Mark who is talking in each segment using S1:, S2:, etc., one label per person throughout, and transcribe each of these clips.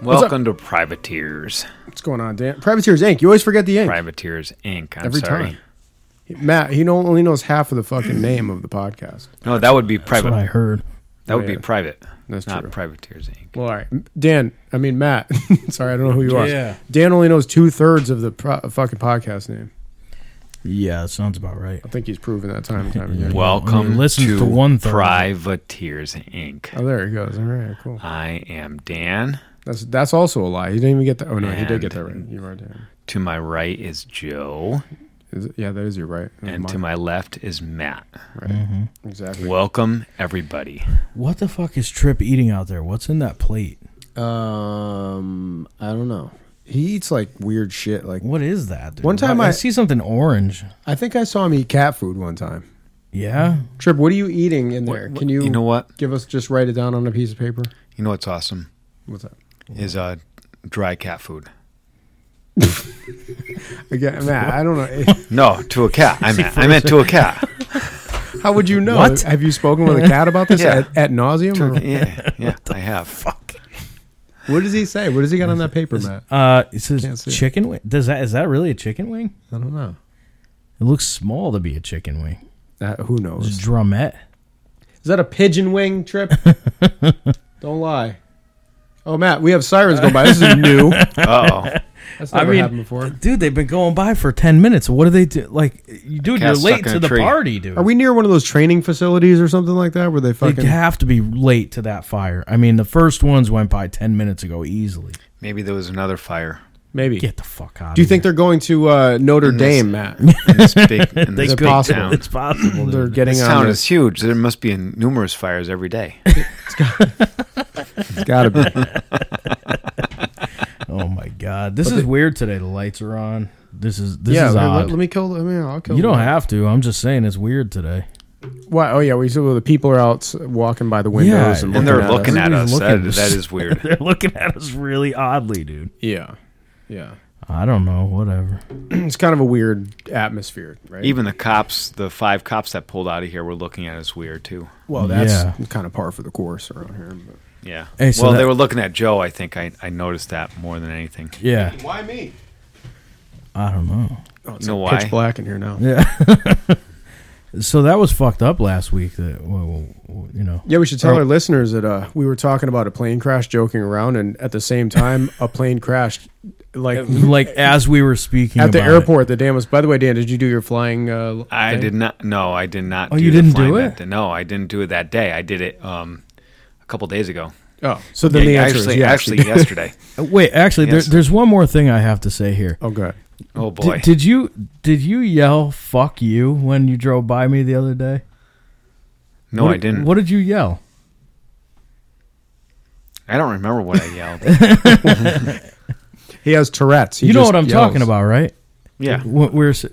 S1: What's Welcome to Privateers.
S2: What's going on, Dan? Privateers Inc. You always forget the ink.
S1: Privateers Inc. I'm
S2: Every
S1: sorry.
S2: time. Matt, he no- only knows half of the fucking name of the podcast.
S1: No, that would be
S3: That's what I
S1: private.
S3: heard.
S1: That would
S2: Oh,
S1: be
S2: yeah.
S1: private.
S2: That's
S1: not
S2: true.
S1: Privateers Inc.
S2: Well, all right. Dan, I mean, Matt. Sorry, I don't know who you are.
S3: Yeah.
S2: Dan only knows two thirds of the pro- fucking podcast name.
S3: Yeah, that sounds about right.
S2: I think he's proven that time and time again.
S1: Welcome
S3: listen
S1: to,
S3: to one third.
S1: Privateers Inc.
S2: Oh, there he goes. All right, cool.
S1: I am Dan.
S2: That's that's also a lie. He didn't even get that. Oh no, he did get that
S1: And-
S2: right. You are Dan.
S1: To my right is Joe,
S2: Is it, yeah, that is your right. That's
S1: and to
S2: mine.
S1: my left is Matt.
S2: right. exactly.
S1: Welcome everybody.
S3: What the fuck is Trip eating out there? What's in that plate?
S4: Um, I don't know.
S2: He eats like weird shit. Like
S3: What is that? Dude?
S2: One time
S3: I,
S2: I-
S3: see something orange.
S2: I think I saw him eat cat food one time.
S3: Yeah,
S2: Trip, what are you eating in there? Can you,
S1: You know what?
S2: give us just write it down on a piece of paper?
S1: You know what's awesome
S2: What's that?
S1: is uh, dry cat food.
S2: Again, Matt, I don't know.
S1: No, to a cat. I meant. I meant to a cat.
S2: How would you know?
S3: What?
S2: Have you spoken with a cat about this
S1: Yeah.
S2: at, at nauseum?
S1: Yeah, yeah. I have.
S2: What does he say? What does he got on that paper, Matt?
S3: uh,
S2: Can't
S3: it says
S2: see it.
S3: chicken wing. Does that is that really a chicken wing?
S2: I don't know.
S3: It looks small to be a chicken wing.
S2: That, who
S3: It's
S2: knows?
S3: a drumette.
S2: Is that a pigeon wing trip? don't lie. Oh, Matt, we have sirens go by. This is new.
S1: Uh oh.
S2: That's
S3: I
S2: never
S3: mean-
S2: happened before.
S3: Dude, they've been going by for ten minutes. What do they do? Like, you- dude,
S1: Cat's
S3: you're
S1: stuck
S3: late
S1: in
S3: to
S1: a
S3: the
S1: tree.
S3: party, dude.
S2: Are we near one of those training facilities or something like that where they
S3: They'd
S2: fucking?
S3: have to be late to that fire. I mean, the first ones went by ten minutes ago easily.
S1: Maybe there was another fire.
S2: Maybe.
S3: Get the fuck out.
S2: Do you think they're going to uh, Notre Dame, Matt?
S1: in this big, in
S3: they
S1: this
S2: could-
S1: big
S2: possible.
S1: town.
S3: It's possible.
S2: They're
S3: dude.
S2: getting
S1: This
S2: on.
S1: town
S2: the-
S1: is huge. There must be numerous fires every day.
S2: it's gotta be.
S3: Oh my god, this is weird today. The lights are on. This is this
S2: yeah,
S3: is
S2: let-
S3: odd.
S2: Let, me kill. I mean, I'll kill.
S3: you don't
S2: them.
S3: have to. I'm just saying it's weird today.
S2: Why? Oh yeah, we said well, the people are out s- walking by the windows,
S3: Yeah,
S2: and,
S1: And they're looking
S2: us.
S1: at us.
S3: Everybody's
S1: That,
S3: looking.
S1: that is weird.
S3: They're looking at us really oddly, dude.
S2: Yeah, yeah.
S3: I don't know. Whatever.
S2: It's kind of a weird atmosphere, right?
S1: Even the cops, the five cops that pulled out of here, were looking at us weird too.
S2: well, that's
S3: Yeah.
S2: kind of par for the course around here. But.
S1: Yeah.
S3: Hey, so
S1: well,
S3: that-
S1: they were looking at Joe. I think I, I noticed that more than anything.
S3: Yeah.
S2: Why me?
S3: I don't know.
S2: Oh, it's
S1: You know
S2: like pitch
S1: why?
S2: black in here now. Yeah.
S3: So that was fucked up last week. That well, well, well, you know.
S2: we should tell
S1: Oh.
S3: Right.
S2: our listeners that uh, we were talking about a plane crash, joking around, and at the same time, a plane crashed like
S3: Like as we were speaking
S2: at the
S3: about it.
S2: airport. The damn was. By the way, Dan, did you do your flying? Uh,
S1: I
S2: thing?
S1: did not. No, I did not.
S3: Oh,
S1: do
S3: you
S1: the
S3: didn't
S1: flying
S3: do
S1: that
S3: it?
S1: day. No, I didn't do it that day. I did it um, a couple days ago.
S2: Oh, so then
S1: Yeah,
S2: the answer
S1: actually,
S2: is yes.
S1: actually yesterday.
S3: Uh, Wait, actually,
S1: Yes.
S3: there, there's one more thing I have to say here.
S2: Oh, good.
S1: Oh
S3: Did-
S1: boy.
S3: Did, you did you yell "fuck you" when you drove by me the other day?
S1: no,
S3: What
S1: I
S3: did-
S1: didn't.
S3: What did you yell?
S1: I don't remember what I yelled.
S2: He has Tourette's. He
S3: you know
S2: just
S3: what I'm
S2: yells.
S3: talking about, right?
S1: yeah.
S3: What we're s-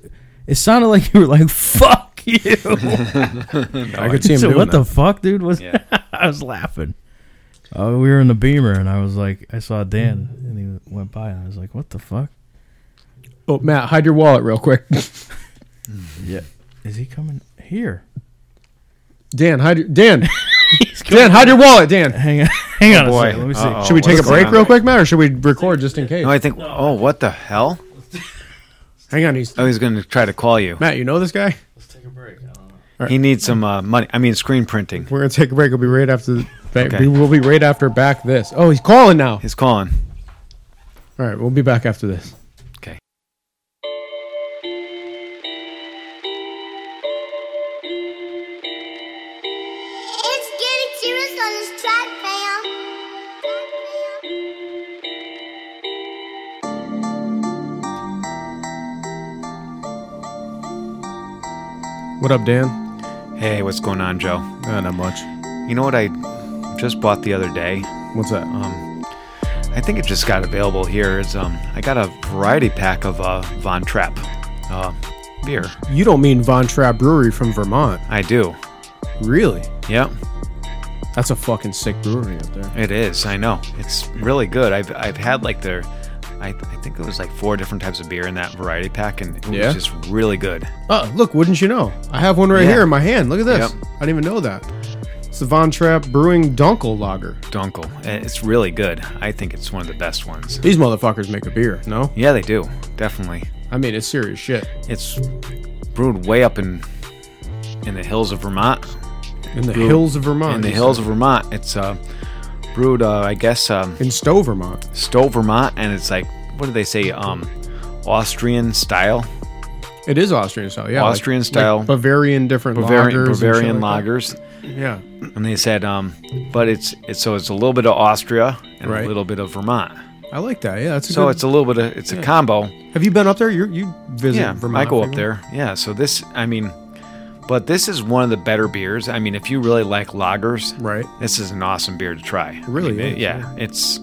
S3: it sounded like you were like "fuck you."
S2: I could see him
S3: so
S2: doing that.
S3: what the fuck, dude? Was
S1: Yeah.
S3: I was laughing. Uh, we were in the Beamer, and I was like, I saw Dan, and he went by, and I was like, what the fuck?
S2: oh, Matt, hide your wallet real quick.
S3: Yeah. Is he coming here?
S2: Dan, hide your Dan.
S3: He's
S2: Dan, hide your wallet, Dan.
S3: Hang on, hang
S2: Oh,
S3: on a second. Let me see.
S1: Uh-oh.
S2: Should we take a
S1: What's
S2: break
S1: going on?
S2: real quick, Matt, or should we record just in case?
S1: No, I think. Oh, what the hell?
S2: Hang on, he's
S1: Oh, he's going to try to call you.
S2: Matt. You know this guy.
S3: Let's take a break.
S1: He needs some uh, money. I mean, screen printing.
S2: We're gonna take a break. We'll be right after. The,
S1: Okay.
S2: We will be right after back this. Oh, he's calling now.
S1: He's calling.
S2: All right, we'll be back after this.
S1: Okay.
S5: It's getting serious on this track, fam.
S2: What up, Dan?
S1: Hey, what's going on, Joe?
S2: Uh, not much.
S1: You know what I just bought the other day?
S2: What's that?
S1: I think it just got available here. Is um, I got a variety pack of uh, Von Trapp uh, beer.
S2: you don't mean Von Trapp Brewery from Vermont,
S1: I do.
S2: really?
S1: Yep,
S2: That's a fucking sick brewery up there.
S1: it is. I know. It's really good. I've I've had like their, I, I think it was like four different types of beer in that variety pack, and it
S2: Yeah?
S1: was just really good.
S2: Oh, look! Wouldn't you know? I have one right
S1: Yeah.
S2: here in my hand. Look at this.
S1: Yep.
S2: I didn't even know that. It's the Von Trapp Brewing Dunkel Lager.
S1: Dunkel. And It's really good. I think it's one of the best ones.
S2: These motherfuckers make a beer, no?
S1: Yeah, they do. Definitely.
S2: I mean, it's serious shit.
S1: It's brewed way up in in the hills of Vermont.
S2: In the hills of Vermont.
S1: In the
S2: you
S1: hills
S2: said.
S1: of Vermont. It's uh, brewed, uh, I guess, um,
S2: In Stowe, Vermont.
S1: Stowe, Vermont, and it's like what do they say? Um, Austrian style.
S2: It is Austrian style, yeah.
S1: Austrian style.
S2: Bavarian different
S1: Bavarian,
S2: lagers. and shit
S1: Bavarian
S2: like that.
S1: lagers,
S2: Yeah.
S1: and they said, um, but it's it's so it's a little bit of Austria and
S2: Right.
S1: a little bit of Vermont.
S2: I like that. Yeah, that's a
S1: So
S2: good-
S1: it's a little bit of it's a combo.
S2: Have you been up there? You you visit
S1: Yeah,
S2: Vermont?
S1: I go up
S2: frequently?
S1: there. Yeah, so this, I mean, but this is one of the better beers. I mean, if you really like lagers,
S2: Right.
S1: This is an awesome beer to try.
S2: really
S1: I mean,
S2: is,
S1: yeah, It's,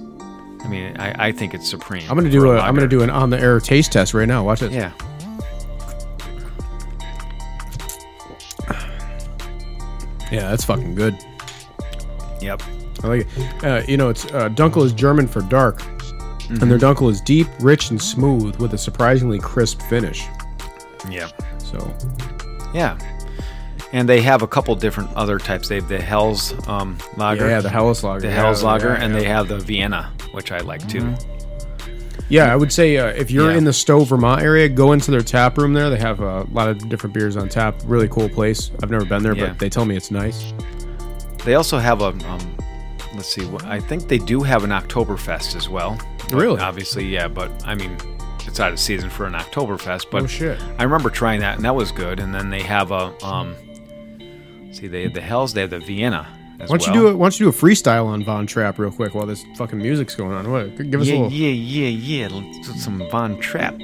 S1: I mean, I, I think it's supreme.
S2: I'm gonna do
S1: for
S2: a I'm
S1: lager.
S2: gonna do an on the air taste test right now. Watch it.
S1: Yeah.
S2: yeah, that's fucking good.
S1: Yep.
S2: I like it. Uh, you know, it's uh, Dunkel is German for dark, and their
S1: Mm-hmm.
S2: Dunkel is deep, rich, and smooth with a surprisingly crisp finish.
S1: Yep.
S2: So
S1: Yeah. And they have a couple different other types. They have the Hell's um, lager.
S2: yeah, the Helles Lager.
S1: The
S2: yeah,
S1: Hell's
S2: yeah,
S1: lager, and
S2: yeah. Mm-hmm.
S1: they have the Vienna, which I like too.
S2: Yeah, I would say uh, if you're
S1: Yeah.
S2: in the Stowe, Vermont area, go into their tap room there. They have a lot of different beers on tap. Really cool place. I've never been there,
S1: Yeah.
S2: but they tell me it's nice.
S1: They also have a, um, let's see, wh- I think they do have an Oktoberfest as well. But
S2: Really?
S1: Obviously, yeah, but I mean, it's out of season for an Oktoberfest. But
S2: Oh, shit.
S1: I remember trying that, and that was good. And then they have a, um, let's see, they have the Hells, they have the Vienna as
S2: Why don't
S1: well.
S2: you do a Why don't you do a freestyle on Von Trapp real quick while this fucking music's going on? What? Give us a
S1: Yeah,
S2: little.
S1: yeah, yeah, yeah. Let's do some Von Trapp.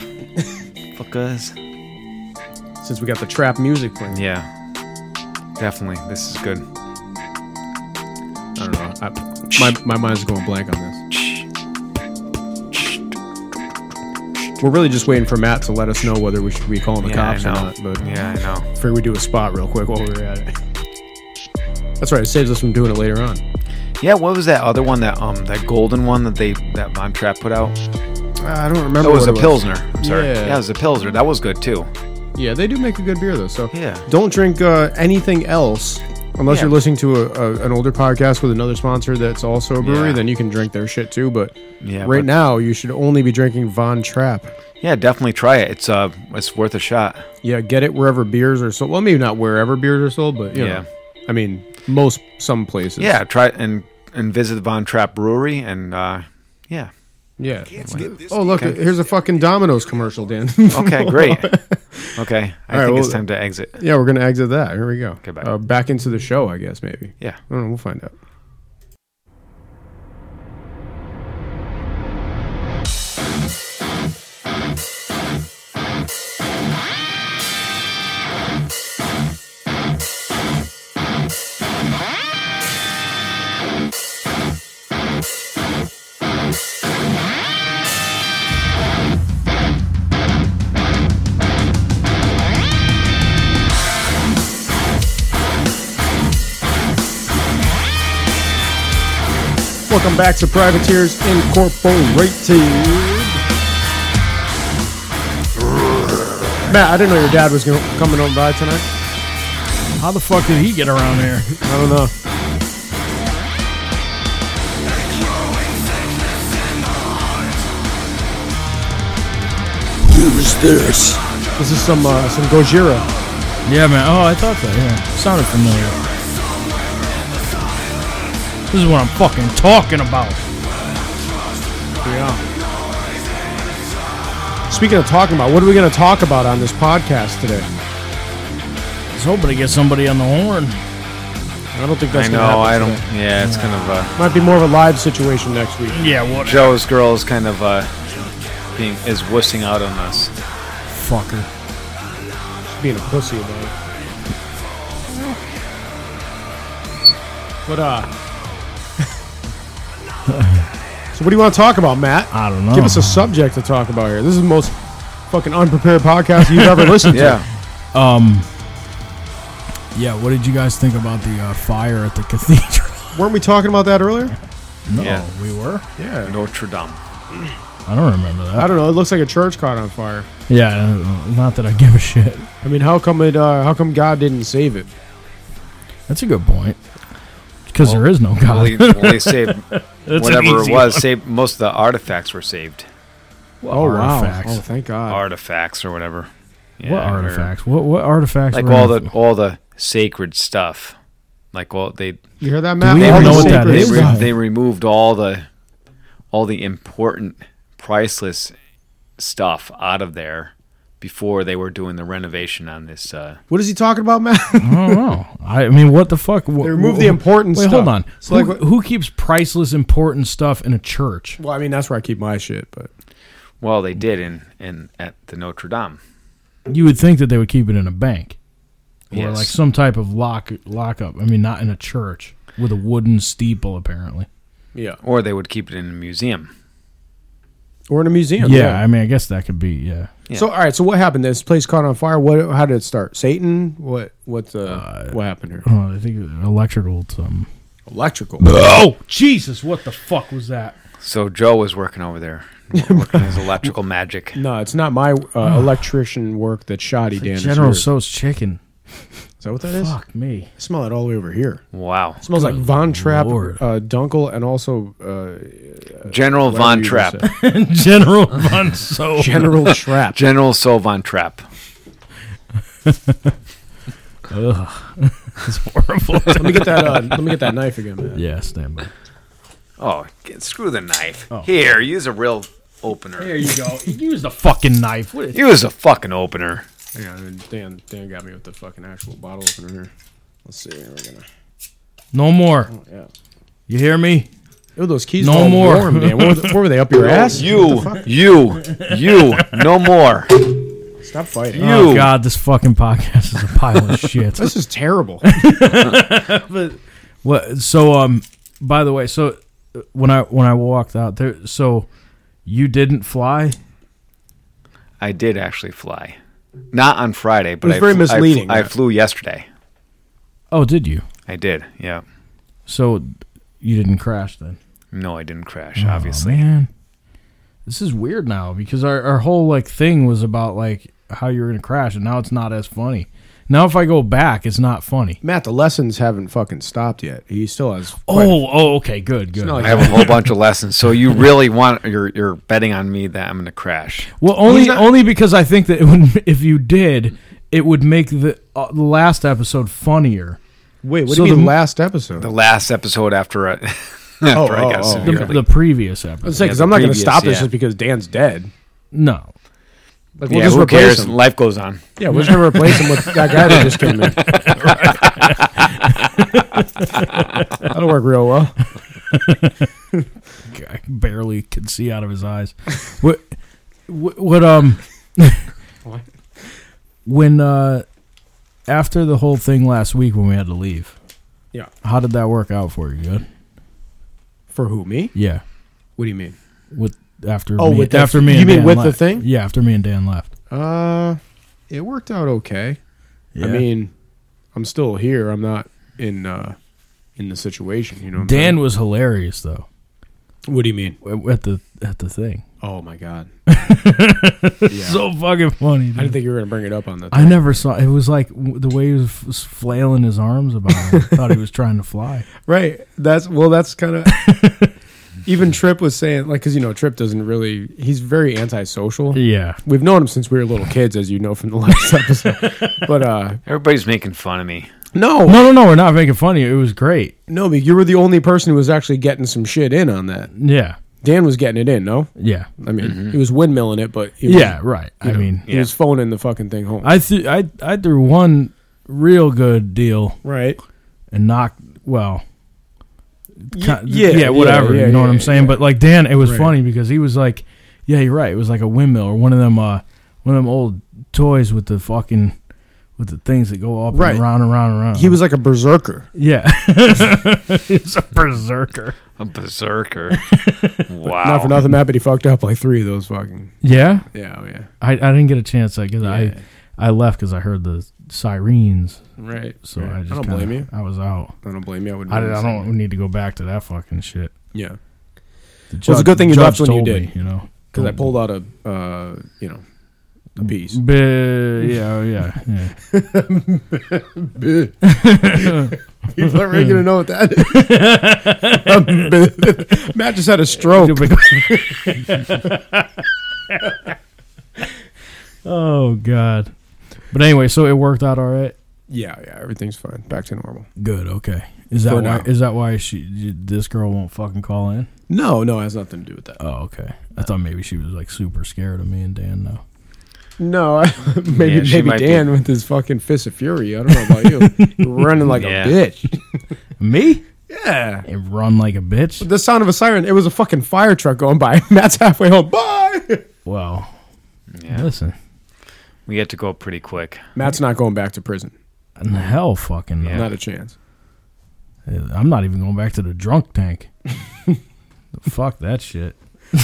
S1: Fuckers.
S2: Since we got the trap music playing.
S1: Yeah, definitely. This is good.
S2: I don't know. I, my, my mind's going blank on this. We're really just waiting for Matt to let us know whether we should be calling the
S1: Yeah,
S2: cops or
S1: I know.
S2: not. But
S1: yeah, I know.
S2: figure we do a spot real quick while we're at it. That's right. It saves us from doing it later on.
S1: Yeah, what was that other one? That um, that golden one that they that Von Trapp put out.
S2: I don't remember.
S1: That was
S2: what
S1: a
S2: it
S1: pilsner. I'm sorry.
S2: Yeah.
S1: Yeah. it was a pilsner. That was good too.
S2: Yeah, they do make a good beer though. So
S1: Yeah.
S2: don't drink uh, anything else unless
S1: Yeah.
S2: you're listening to a, a, an older podcast with another sponsor that's also a brewery.
S1: Yeah.
S2: Then you can drink their shit too. But
S1: Yeah,
S2: right
S1: but-
S2: now you should only be drinking Von Trapp.
S1: Yeah, definitely try it. It's uh, it's worth a shot.
S2: Yeah, get it wherever beers are sold. Well, maybe not wherever beers are sold, but you
S1: Yeah.
S2: know, I mean, most some places.
S1: Yeah, try and and visit Von Trapp Brewery and uh, yeah.
S2: yeah. Oh look, here's a fucking Domino's commercial, Dan.
S1: Okay, great. Okay, I
S2: right,
S1: think it's
S2: well-
S1: time to exit.
S2: yeah, we're gonna exit that. Here we go.
S1: Okay, bye.
S2: Uh, back into the show, I guess maybe.
S1: Yeah.
S2: I don't know. We'll find out. Welcome back to Privateers Incorporated. Matt, I didn't know your dad was gonna, coming on by tonight.
S3: How the fuck did he get around there?
S2: I don't know.
S4: Who's this?
S2: This is some uh, some Gojira.
S3: Yeah, man. Oh, I thought that. Yeah, sounded familiar. This is what I'm fucking talking about.
S2: Yeah. Speaking of talking about, what are we going to talk about on this podcast today?
S3: Let's hope I get somebody on the horn.
S2: I don't think
S1: I
S2: that's going to
S1: know.
S2: happen.
S1: I don't.
S2: today.
S1: Yeah, it's kind of uh,
S2: Might be more of a live situation next week.
S3: Yeah, what?
S1: Joe's girl is kind of uh, being is wussing out on us.
S3: Fucker.
S2: being a pussy about it. But uh, so what do you want to talk about, Matt?
S3: I don't know.
S2: Give us a subject to talk about here. This is the most fucking unprepared podcast you've ever listened
S1: Yeah.
S3: Um. Yeah, what did you guys think about the uh, fire at the cathedral?
S2: to. Weren't we talking about that earlier?
S3: No,
S1: Yeah.
S3: we were.
S2: Yeah.
S1: Notre Dame.
S3: I don't remember that.
S2: I don't know. It looks like a church caught on fire.
S3: yeah, I don't- not that I give a shit.
S2: I mean, how come it? Uh, how come God didn't save it?
S3: That's a good point. because there is no
S1: Well,
S3: God.
S1: they, well, they saved
S3: That's an
S1: whatever it
S3: easy
S1: was. Saved most of the artifacts were saved.
S2: Oh wow!
S3: artifacts?
S2: Oh thank God.
S1: artifacts or whatever. Yeah,
S3: what
S1: or-
S3: artifacts? What what artifacts?
S1: Like
S3: were
S1: all
S3: in-
S1: the all the sacred stuff. Like well, they
S2: You hear that, Matt?
S3: we
S1: they,
S3: I don't
S2: All
S3: know
S2: the
S3: what that
S1: they,
S2: secrets.
S3: is.
S1: re- they removed all the all the important, priceless stuff out of there before they were doing the renovation on this. Uh,
S2: What is he talking about, Matt?
S3: I don't know. I, I mean, what the fuck? Wh-
S2: They removed the important
S3: Wait,
S2: stuff.
S3: hold on.
S2: So,
S3: who,
S2: like,
S3: who keeps priceless, important stuff in a church?
S2: well, I mean that's where I keep my shit, but
S1: well, they did in in at the Notre Dame.
S3: You would think that they would keep it in a bank or
S1: Yes.
S3: like some type of lock lockup. I mean, not in a church with a wooden steeple, apparently.
S2: yeah,
S1: Or they would keep it in a museum.
S2: or in a museum.
S3: Yeah, I mean, I guess that could be. Yeah,
S1: Yeah.
S2: So all right, so what happened? This place caught on fire. What? How did it start? Satan? What? What? Uh, what happened here?
S3: oh, I think electrical. Some.
S2: Electrical.
S3: Oh Jesus! What the fuck was that?
S1: So Joe was working over there, working his electrical magic.
S2: no, it's not my uh, electrician work that shoddy Dan.
S3: General
S2: is, yours.
S3: So's chicken.
S2: is that what that is?
S3: Fuck me.
S2: I smell it all the way over here.
S1: Wow.
S2: It smells like Von Trapp,
S3: Lord.
S2: uh, Dunkel, and also uh,
S1: General Von
S2: whatever you
S1: Trapp.
S2: said.
S3: General Von So.
S2: General Trapp.
S1: General So Von Trapp.
S3: That's horrible.
S2: let me get that. Uh, let me get that knife again, man.
S3: yeah, stand by.
S1: Oh, get, screw the knife. Here, use a real opener.
S3: There Oh. you go. Use the fucking knife. What is-
S1: Use a fucking opener.
S2: Hang on, Dan. Dan got me with the fucking actual bottle opener here. Let's see. We're gonna.
S3: No more.
S2: Yeah.
S3: You hear me?
S2: Ew, those keys.
S3: No
S2: are all
S3: more.
S2: warm, man. What were, the- what were they up your ass?
S1: You, you, you, no more.
S2: Oh, Stop fighting.
S3: Oh
S1: You.
S3: God, this fucking podcast is a pile of shit.
S2: This is terrible.
S3: What? So um, by the way, so uh, when I when I walked out there, so you didn't fly.
S1: I did actually fly. Not on Friday, but
S2: was
S1: I
S2: very
S1: fl- I fl-
S2: misleading,
S1: I,
S2: that.
S1: flew yesterday.
S3: Oh, did you?
S1: I did, yeah.
S3: So you didn't crash then?
S1: No, I didn't crash, obviously.
S3: Oh, man. This is weird now because our, our whole like thing was about like how you were gonna crash and now it's not as funny. Now if I go back, it's not funny.
S2: Matt, the lessons haven't fucking stopped yet. He still has.
S3: Oh, oh, okay, good, good.
S2: not like-
S1: I have a whole bunch of lessons. So you really want, you're, you're betting on me that I'm going to crash.
S3: Well, only
S2: not-
S3: only because I think that it would, if you did, it would make the uh, the last episode funnier.
S2: Wait, what do
S3: So
S2: you
S3: the
S2: mean
S3: m-
S2: last episode?
S1: The last episode after, I after
S2: oh,
S1: I got
S2: oh.
S3: The,
S1: severely.
S3: the previous episode.
S2: Let's say,
S1: yeah,
S2: because
S1: the
S2: I'm not going to
S1: previous,
S2: stop this
S1: yeah.
S2: just because Dan's dead.
S3: No,
S2: Like,
S1: yeah, who
S2: replace
S1: cares?
S2: him.
S1: Life goes on.
S2: Yeah, we're just going to replace him with that guy that just came in. That'll work real well.
S3: I barely could see out of his eyes. what, what, what, um, when, uh, after the whole thing last week when we had to leave,
S2: Yeah.
S3: how did that work out for you? Good.
S2: For who? Me?
S3: Yeah.
S2: What do you mean?
S3: With after
S2: Oh,
S3: me,
S2: with the-
S3: after me.
S2: you
S3: and
S2: mean
S3: Dan
S2: with the
S3: left.
S2: thing?
S3: Yeah, after me and Dan left.
S2: Uh, it worked out okay.
S3: Yeah.
S2: I mean, I'm still here. I'm not in uh in the situation. You know, what I'm
S3: Dan was hilarious though
S2: saying? What do you mean?
S3: at the at the thing.
S2: Oh my god!
S3: So fucking funny.
S2: I didn't
S3: Dude.
S2: think you were gonna bring it up on the.
S3: I never saw. It was like w- the way he was f- flailing his arms about. It, I thought he was trying to fly.
S2: Right. That's well. That's kind of. even Trip was saying like because you know Trip doesn't really. He's very antisocial.
S3: Yeah.
S2: We've known him since we were little kids, as you know from the last episode. But uh
S1: Everybody's making fun of me.
S2: no,
S3: No, no, no. We're not making fun of you. It was great.
S2: no, but you were the only person who was actually getting some shit in on that.
S3: Yeah.
S2: Dan was getting it in. No,
S3: Yeah.
S2: I mean he was windmilling it, but he was,
S3: Mm-hmm. Yeah, right. I mean,
S2: he was phoning the fucking thing home.
S3: I threw I I threw one real good deal
S2: right.
S3: and knocked well. ki-
S2: yeah, yeah,
S3: whatever.
S2: yeah,
S3: you know
S2: yeah,
S3: what I'm saying? But like Dan, it was
S2: Right.
S3: funny because he was like, "Yeah, you're right. It was like a windmill or one of them uh one of them old toys with the fucking with the things that go up
S2: Right.
S3: and round and round and round."
S2: He was like a berserker.
S3: yeah, he's a berserker.
S1: A berserker. wow.
S2: Not
S3: Oh.
S2: for nothing, Matt, but he fucked up like three of those fucking.
S3: Yeah,
S2: Yeah, oh, yeah.
S3: I I didn't get a chance because I
S2: Yeah.
S3: I left because I heard the sirens,
S2: Right.
S3: so
S2: right.
S3: I just
S2: don't
S3: kinda-
S2: blame you.
S3: I was out.
S2: I don't blame you. I wouldn't.
S3: I,
S2: do
S3: did-
S2: the
S3: I
S2: same.
S3: don't need to go back to that fucking shit.
S2: Yeah,
S3: The
S2: Well, it's a good thing you
S3: the
S2: left when you
S3: told
S2: did.
S3: me, you know,
S1: Mm.
S2: because I pulled out a, uh, you know, a piece.
S3: B- yeah, yeah, yeah, yeah.
S2: People aren't really gonna know what that is. Matt just had a stroke.
S3: oh god. But anyway, so it worked out all right.
S2: Yeah, yeah, everything's fine. Back to normal.
S3: Good. Okay. Is that
S2: For
S3: why?
S2: now.
S3: Is that why she? This girl won't fucking call in.
S2: No, no, it has nothing to do with that.
S3: Oh, okay. I thought maybe she was like super scared of me and Dan. Now
S2: No, I, maybe
S1: Yeah, she
S2: maybe
S1: might be-
S2: Dan with his fucking fist of fury. I don't know about you. You're running like
S1: Yeah.
S2: a bitch.
S3: me?
S2: Yeah.
S3: And run like a bitch.
S2: The sound of a siren. It was a fucking fire truck going by. Matt's halfway home. Bye.
S3: Well,
S1: Yeah.
S3: listen.
S1: We had to go pretty quick.
S2: Matt's not going back to prison.
S3: in Hell, fucking. no.
S1: Yeah.
S2: Not a chance.
S3: I'm not even going back to the drunk tank. Fuck that shit.
S2: You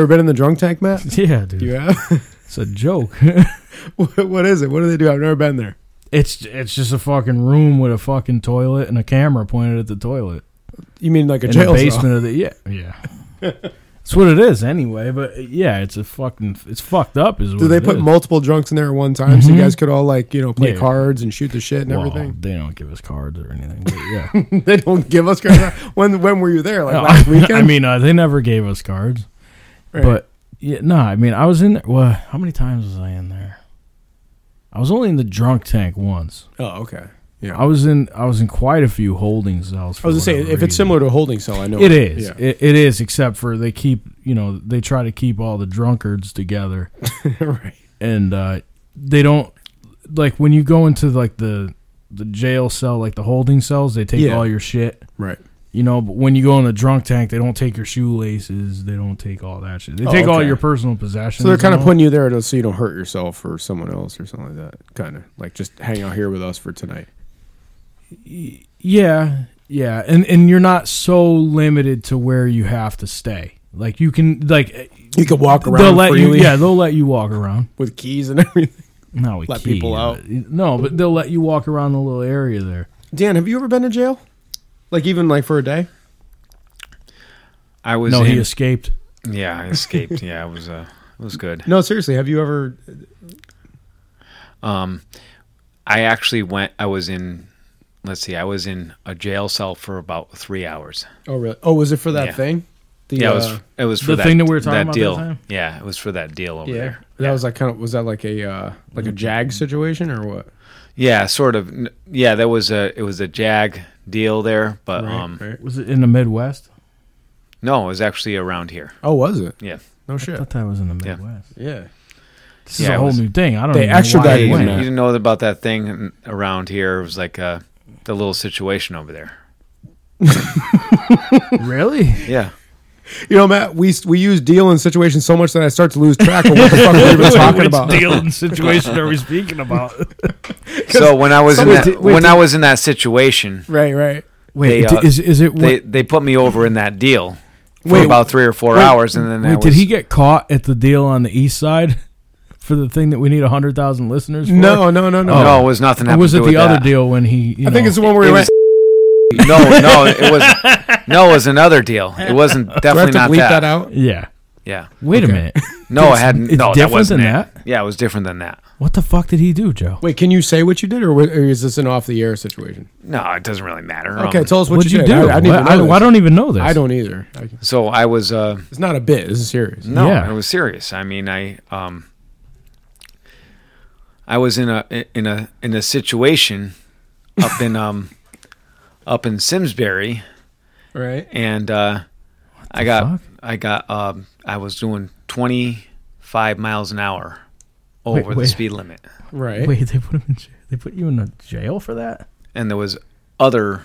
S2: ever been in the drunk tank, Matt?
S3: Yeah, dude.
S2: You have?
S3: It's a joke.
S2: What- what is it? What do they do? I've never been there.
S3: it's it's just a fucking room with a fucking toilet and a camera pointed at the toilet.
S2: You mean like a
S3: in
S2: jail
S3: the
S2: cell?
S3: basement of the yeah yeah. That's what it is anyway. But yeah, it's a fucking it's fucked up. Is
S2: Do they put multiple drunks in there at one time so you guys could all like you know play
S3: Yeah.
S2: cards and shoot the shit and everything?
S3: They don't give us cards or anything. But yeah,
S2: they don't give us cards. when when were you there? Like
S3: No,
S2: last weekend?
S3: I mean, uh, they never gave us cards.
S2: Right.
S3: But yeah, no, I mean, I was in there. Well, how many times was I in there? I was only in the drunk tank once.
S2: oh okay. Yeah,
S3: I was in I was in quite a few holding cells.
S2: I
S3: For
S2: was just saying
S3: whatever
S2: if it's
S3: reason.
S2: similar to a holding cell, I know
S3: It is.
S2: Yeah.
S3: It, it is, except for they keep, you know, they try to keep all the drunkards together.
S2: right.
S3: And uh, they don't, like, when you go into, like, the the jail cell, like the holding cells, they take
S2: Yeah.
S3: all your shit.
S2: Right.
S3: You know, but when you go in the drunk tank, they don't take your shoelaces. They don't take all that shit. They
S2: Oh,
S3: take all
S2: okay.
S3: your personal possessions.
S2: So they're kind of
S3: and all.
S2: putting you there to, so you don't hurt yourself or someone else or something like that. Kind of like just hang out here with us for tonight.
S3: Yeah, yeah, and and you're not so limited to where you have to stay. Like you can, like
S2: You can walk
S3: they'll
S2: around
S3: let
S2: freely
S3: you. Yeah, they'll let you walk around.
S2: with keys and everything.
S3: No, we
S2: Let
S3: can't,
S2: people out.
S3: but- No, but they'll let you walk around the little area there.
S2: Dan, have you ever been to jail? Like even like for a day?
S1: I was
S3: No,
S1: in,
S3: he escaped.
S1: yeah, I escaped. yeah, it was uh, it was good.
S2: No, seriously. Have you ever?
S1: Um, I actually went. I was in. Let's see. I was in a jail cell for about three hours.
S2: Oh really? Oh, was it for that
S1: Yeah.
S2: thing? The,
S1: Yeah, it
S2: uh,
S1: was. It was for
S3: the
S1: that,
S3: thing that we were talking
S1: that
S3: about that
S1: deal.
S3: time?
S1: Yeah, it was for that deal over
S2: Yeah,
S1: there.
S2: that was like kind of was that like a uh, like a jag situation or what?
S1: Yeah, sort of. N- Yeah, that was a. It was a jag deal there, but um,
S2: right.
S3: Was it in the Midwest?
S1: no, it was actually around here.
S2: Oh, was it?
S1: Yeah.
S2: No
S3: I
S2: shit.
S3: thought that was in the
S1: Yeah.
S3: Midwest.
S2: Yeah.
S3: This
S1: Yeah, it
S3: is a whole
S1: was-
S3: new thing. I don't.
S2: They
S3: even know
S1: Yeah,
S3: why
S2: extradited
S3: it
S1: you,
S2: him
S3: went.
S1: didn't,
S2: that.
S1: you didn't know about that thing in- around here. It was like uh, the little situation over there.
S3: Really?
S1: Yeah.
S2: You know, Matt, we we use deal in situations so much that I start to lose track of what the fuck we've been talking about.
S3: deal and situation are we speaking about?
S1: So when I was in
S2: Somebody
S1: that,
S2: did- wait,
S1: when
S2: did-
S1: I was in that situation,
S2: Right, right.
S1: They,
S3: Wait,
S1: uh,
S3: is is it?
S1: they they put me over in that deal for
S2: Wait,
S1: about three or four hours, and then
S3: Wait,
S1: that
S3: did
S1: was,
S3: he get caught at the deal on the east side for the thing that we need 100,000 listeners for?
S2: No, no, no, no.
S3: Oh.
S1: No, it was nothing.
S3: Or
S1: happened
S3: was
S1: to
S3: it
S1: do
S3: the
S1: with
S3: other
S1: that.
S3: deal when he. You
S2: I think
S3: know-
S2: it's the one where
S1: It
S2: he went.
S1: was- No, no, it was no, it was another deal. It wasn't
S2: Do I have
S1: definitely
S2: to
S1: not
S2: bleep that.
S1: that.
S2: out?
S3: Yeah.
S1: Yeah.
S3: Wait a minute.
S1: No, it hadn't.
S3: it's
S1: no, that
S3: different
S1: wasn't
S3: than
S1: it. Yeah, it was different than that.
S3: What the fuck did he do, Joe?
S2: Wait, can you say what you did, or, wa- or is this an off the air situation?
S1: No, it doesn't really matter.
S2: Okay,
S1: Um,
S2: tell us what
S3: What'd
S2: you, did. I, I, need to
S3: What- I,
S2: know
S3: I
S2: this.
S3: don't even know this.
S2: I don't either. I,
S1: so I was. Uh,
S2: it's not a bit. This is serious.
S1: No,
S3: Yeah.
S1: it was serious. I mean, I um, I was in a in a in a situation up in um up in Simsbury,
S2: Right.
S1: and uh, I got
S3: fuck?
S1: I got um I was doing twenty five miles an hour over
S3: Wait,
S1: the
S3: wait.
S1: speed limit,
S2: Right.
S3: Wait, they put him in jail. They put you in a jail for that?
S1: and there was other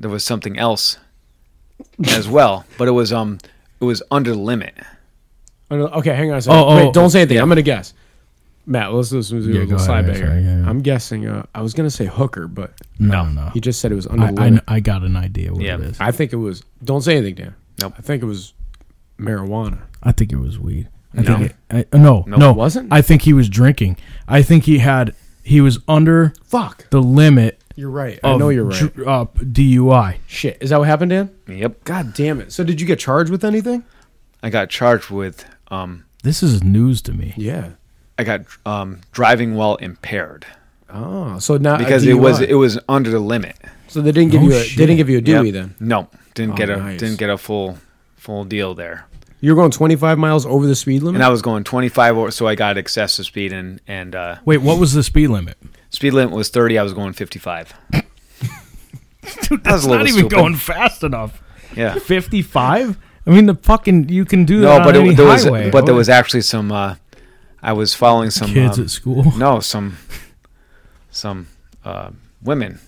S1: there was something else as well, but it was um it was under the limit.
S2: Oh, no, Okay, hang on a second.
S3: Oh,
S2: Wait,
S3: oh,
S2: don't say anything. I'm gonna guess. Matt, let's let's do
S3: Yeah,
S2: a
S3: go
S2: little
S3: ahead,
S2: slide
S3: I'm
S2: back here.
S3: sorry, yeah, yeah.
S2: I'm guessing. Uh, I was gonna say hooker, but
S3: No, no.
S2: he just said it was under.
S3: I,
S2: the
S3: I,
S2: limit.
S3: I got an idea what
S1: Yeah.
S3: it is.
S2: I, think it was. Don't say anything, Dan.
S1: Nope.
S2: I think it was marijuana.
S3: I think it was weed. I
S1: No.
S3: think it, I, uh, no,
S1: No,
S3: no,
S1: it
S2: wasn't?
S3: I think he was drinking. I think he had he was under
S2: Fuck.
S3: the limit.
S2: You're right. I
S3: Of
S2: know you're right.
S3: dr- uh, DUI.
S2: Shit. Is that what happened, Dan?
S1: Yep,
S2: God damn it. So did you get charged with anything?
S1: I got charged with um
S3: This is news to me.
S2: Yeah.
S1: I got um, driving while impaired
S2: Oh, so now
S1: because it was it was under the limit.
S2: so they didn't give
S3: Oh,
S2: you a,
S3: shit.
S2: they didn't give you a Dewey
S1: Yep.
S2: then.
S1: No, didn't
S2: Oh,
S1: get a
S2: nice.
S1: didn't get a full full deal there.
S2: You're going 25 miles over the speed limit.
S1: And I was going 25 or so I got excessive speed and and uh,
S3: Wait, what was the speed limit?
S1: speed limit was 30, I was going 55.
S3: Dude,
S1: That was
S3: that's
S1: a little
S3: not even
S1: stupid.
S3: going fast enough.
S1: Yeah.
S3: 55? I mean, the fucking you can do that
S1: No, but
S3: on any
S1: it, there was
S3: highway.
S1: but there was actually some uh, I was following some
S3: kids
S1: um,
S3: at school.
S1: No, some some uh, women.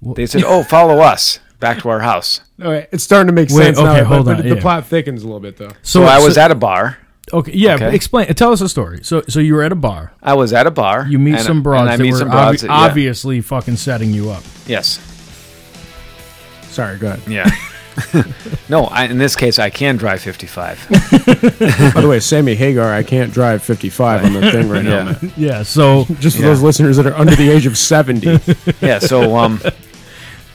S3: Wha-
S1: They said, "Oh, follow us back to our house."
S2: All right, it's starting to make
S3: Wait,
S2: sense now.
S3: okay,
S2: but-
S3: hold
S2: but
S3: on,
S2: the
S3: yeah.
S2: plot thickens a little bit though.
S1: So, I was at a bar.
S3: okay. Yeah,
S1: Okay.
S3: explain. Tell us a story. So so you were at a bar.
S1: I was at a bar.
S3: You meet
S1: and-
S3: some broads
S1: And I
S3: that
S1: meet
S3: were
S1: some broads.
S3: obvi-
S1: that- yeah.
S3: obviously fucking setting you up.
S1: Yes.
S2: Sorry, go ahead.
S1: Yeah. no, I, in this case, I can drive 55.
S2: By the way, Sammy Hagar, I can't drive 55 on the thing right now.
S1: yeah.
S2: man.
S3: Yeah. So
S2: Just for
S1: Yeah.
S2: those listeners that are under the age of 70.
S1: Yeah. So, um,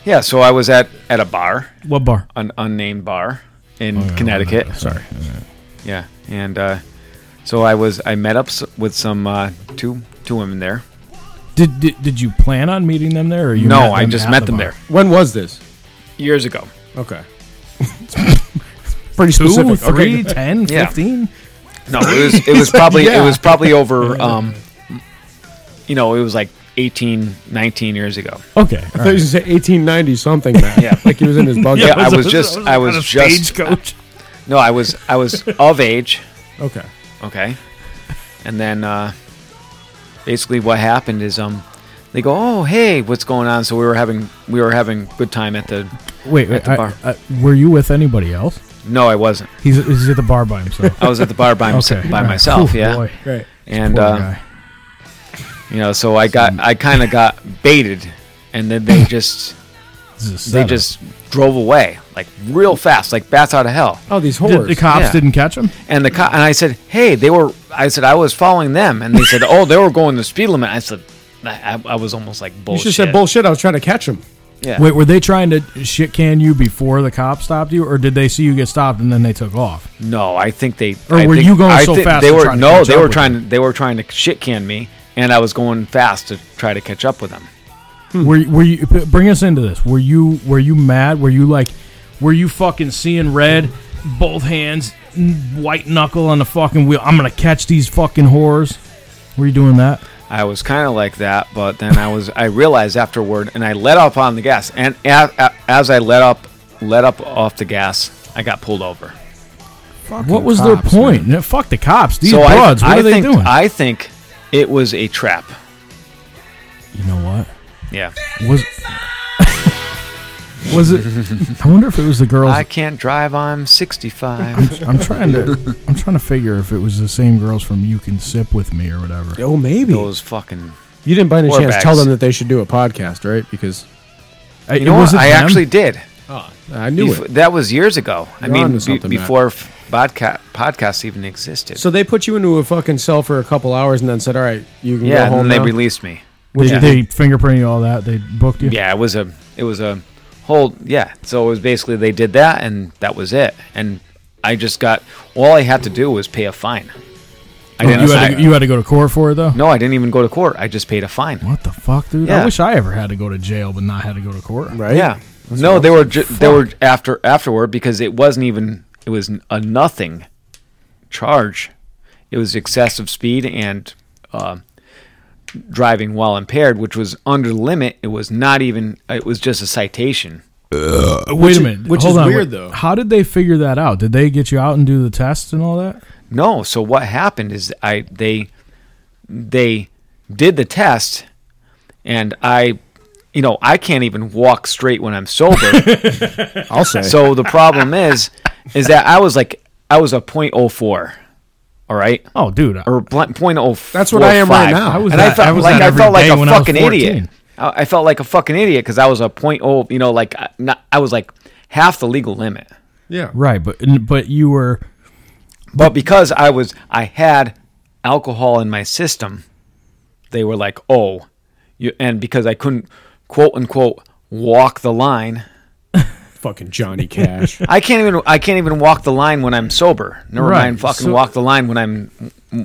S1: yeah. So I was at at a bar,
S3: what bar?
S1: an unnamed bar
S3: Oh,
S1: in Connecticut.
S3: Sorry.
S1: Yeah, and uh, so I was I met up s- with some uh, two two women there.
S3: Did, did did you plan on meeting them there? Or you
S1: no,
S3: met
S1: I
S3: them
S1: just
S3: at
S1: met
S3: the
S1: them
S3: bar?
S1: there
S2: when was this?
S1: years ago.
S2: Okay. Pretty
S3: Two,
S2: specific.
S3: three,
S2: okay.
S3: 10,
S1: Yeah.
S3: 15?
S1: No, it was it was probably
S2: yeah.
S1: it was probably over. Um, you know, it was like 18, 19 years ago.
S3: Okay.
S2: I thought you said 1890 something, man.
S1: Yeah.
S2: Like he was in his bunk.
S1: Yeah, I was just- I was just-
S3: stagecoach.
S1: No, I was I was of age.
S2: Okay.
S1: Okay, and then uh, basically what happened is um. They go, oh hey, what's going on? So we were having we were having good time at the.
S3: Wait, wait
S1: the
S3: I-
S1: bar.
S3: I- were you with anybody else?
S1: No, I wasn't.
S3: He's, he's at the bar by himself.
S1: I was at the bar by, myself
S3: Okay.
S1: by
S3: Alright.
S1: myself.
S3: Oh,
S1: yeah,
S3: boy.
S2: Great.
S1: and
S3: Poor
S1: uh,
S3: guy.
S1: you know so i got i kind of got baited and then they just
S3: This is a
S1: they
S3: setup.
S1: just drove away like real fast like bats out of hell
S2: Oh, these
S3: Did-
S2: whores.
S3: the cops
S1: yeah.
S3: didn't catch him.
S1: and the co- and i said hey they were i said i was following them and they said oh they were going the speed limit i said i, I- I was almost like
S2: you
S1: bullshit
S2: should have said bullshit. I was trying to catch him.
S1: yeah
S3: Wait, were they trying to shit can you before the cop stopped you, or did they see you get stopped and then they took off?
S1: no i think they
S3: Or
S1: I
S3: were
S1: think-
S3: you going
S1: I
S3: so
S1: think
S3: fast
S1: they
S3: to
S1: were
S3: try to
S1: no
S3: catch
S1: they
S3: up
S1: were
S3: with
S1: trying to they were trying to shit can me and i was going fast to try to catch up with them Hmm.
S3: Were were you p- bring us into this? Were you were you mad? Were you like, were you fucking seeing red, both hands, n- white knuckle on the fucking wheel? I'm gonna catch these fucking whores. Were you doing that?
S1: I was kind of like that, but then I was I realized afterward, and I let up on the gas, and as, as I let up let up off the gas, I got pulled over.
S3: What was their
S2: cops,
S3: point? Yeah, Fuck the cops. These
S1: so I-
S3: broads.
S1: I,
S3: what are they
S1: think
S3: doing?
S1: I think it was a trap.
S3: you know what?
S1: Yeah,
S3: Was was it? I wonder if it was the girls.
S1: I can't drive. I'm 65.
S3: I'm trying to I'm trying to figure if it was the same girls from You Can Sip with Me or whatever.
S2: Oh, maybe.
S1: Those fucking.
S2: you didn't by any
S1: Whore
S2: chance tell
S1: bags.
S2: them that they should do a podcast, right? Because
S3: I,
S1: You know what? I actually did.
S2: I knew
S1: Bef-
S2: it.
S1: that was years ago. I
S2: You're
S1: mean,
S2: onto
S1: be-
S2: something, Matt.
S1: before podcast podcasts even existed.
S2: So they put you into a fucking cell for a couple hours and then said, all right, you can
S1: yeah,
S2: go
S1: and
S2: home
S1: then they
S2: now.
S1: released me.
S3: Would
S1: Yeah.
S3: they fingerprint you all that? They booked you.
S1: yeah it was a it was a whole yeah so it was basically they did that and that was it and i just got all i had to do was pay a fine i didn't
S3: Oh, you, had
S1: I-
S3: to, you had to go to court for it though.
S1: no i didn't even go to court i just paid a fine
S3: What the fuck, dude? I
S1: Yeah.
S3: wish I ever had to go to jail, but not had to go to court.
S2: right?
S1: yeah no they were ju- they were after afterward because it wasn't even it was a nothing charge it was excessive speed and uh, driving while impaired which was under the limit it was not even it was just a citation
S3: Wait a minute.
S2: which
S3: Hold
S2: is
S3: on.
S2: weird,
S3: Wait-
S2: though.
S3: How did they figure that out? Did they get you out and do the tests and all that?
S1: No. So what happened is I they they did the test, and I, you know, I can't even walk straight when I'm sober.
S2: I'll say.
S1: so the problem is, is that I was like I was a .04, all right,
S3: Oh, dude. I-
S1: or bl- .0.
S2: That's what I am right now.
S3: I was
S1: and I
S3: that-
S1: felt
S3: I was
S1: like
S3: that
S1: I
S3: every
S1: felt like
S3: day
S1: a
S3: when I was
S1: fucking
S3: 14.
S1: idiot. I, I felt like a fucking idiot because I was a .0, you know, like I- not, I was like half the legal limit.
S2: yeah.
S3: Right, but but you were
S1: But because I was, I had alcohol in my system, they were like, "Oh," you, and because I couldn't, quote unquote, walk the line,
S2: Fucking Johnny Cash.
S1: I can't even I can't even walk the line when I'm sober. Never
S3: Right,
S1: mind fucking
S3: so-
S1: walk the line when I'm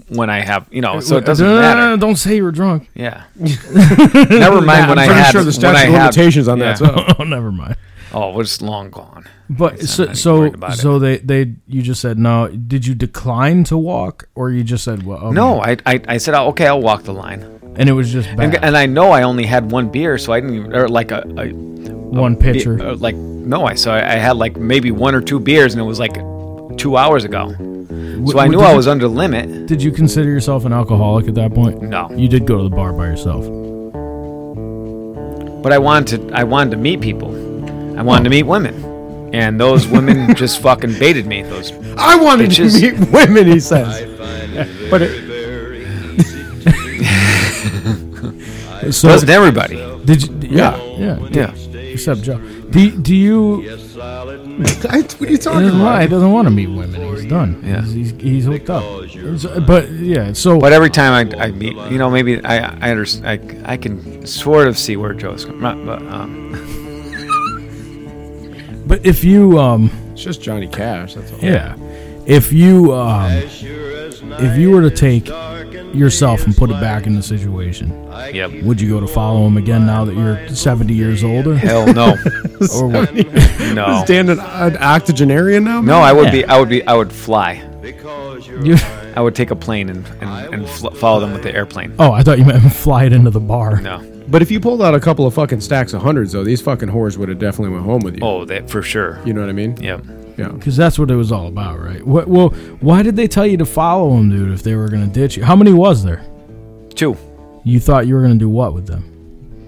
S1: when I have you know.
S2: Uh,
S1: So it doesn't
S3: No, no, no, no,
S1: matter.
S3: Don't say you were drunk.
S1: Yeah. Never mind when I
S2: pretty
S1: had
S2: sure the
S1: when I
S2: statute of
S1: had-
S2: limitations on that's
S1: yeah.
S2: up.
S3: oh, never mind.
S1: Oh, well, it's long gone.
S3: But
S1: I'm not
S3: so
S1: even
S3: so,
S1: worried about
S3: so they they you just said no. Did you decline to walk, or you just said well? okay.
S1: No, I I, I said "Oh, okay, I'll walk the line,
S3: and it was just bad.
S1: and, and I know I only had one beer, so I didn't even, or like a, a
S3: one
S1: be-
S3: pitcher.
S1: uh, like no, I so I, I had like maybe one or two beers, and it was like two hours ago. So I
S3: w-
S1: knew
S3: did
S1: I
S3: you-
S1: was under limit.
S3: Did you consider yourself an alcoholic at that point?
S1: No.
S3: You did go to the bar by yourself.
S1: but I wanted to, I wanted to meet people. I wanted to meet women, and those women just fucking baited me. Those
S2: I wanted to
S1: Bitches.
S2: meet women, he says. but it,
S3: So
S1: wasn't everybody.
S3: did you, yeah,
S2: Yeah.
S3: Oh. yeah,
S1: Yeah,
S3: Except Joe. Do do you?
S2: I, what are you
S3: He
S2: talking
S3: doesn't lie. He
S2: about?
S3: doesn't want to meet women. He's done.
S1: Yeah.
S3: He's, he's, he's hooked up. So- But yeah. So
S1: but every time I, I meet, you know, maybe I I, under, I I can sort of see where Joe's coming. from, But um,
S3: but if you um
S2: It's just Johnny Cash. That's all.
S3: yeah, if you um if you were to take yourself and put it back in the situation,
S1: yep.
S3: would you go to follow him again now that you're 70 years older?
S1: Hell no,
S3: Or what?
S1: no,
S2: Dan an, an octogenarian now?
S1: no. I would be.
S3: Yeah.
S1: I would be. I would fly.
S3: You-
S1: I would take a plane and and, and fl- follow them with the airplane.
S3: oh, I thought you meant fly it into the bar.
S1: No.
S2: But if you pulled out a couple of fucking stacks of hundreds, though, these fucking whores would have definitely went home with you.
S1: Oh, that for sure.
S2: You know what I mean?
S1: Yep.
S2: Yeah.
S3: Because that's what it was all about, right? What, well, why did they tell you to follow him, dude? If they were gonna ditch you, how many was there?
S1: Two.
S3: You thought you were gonna do what with them?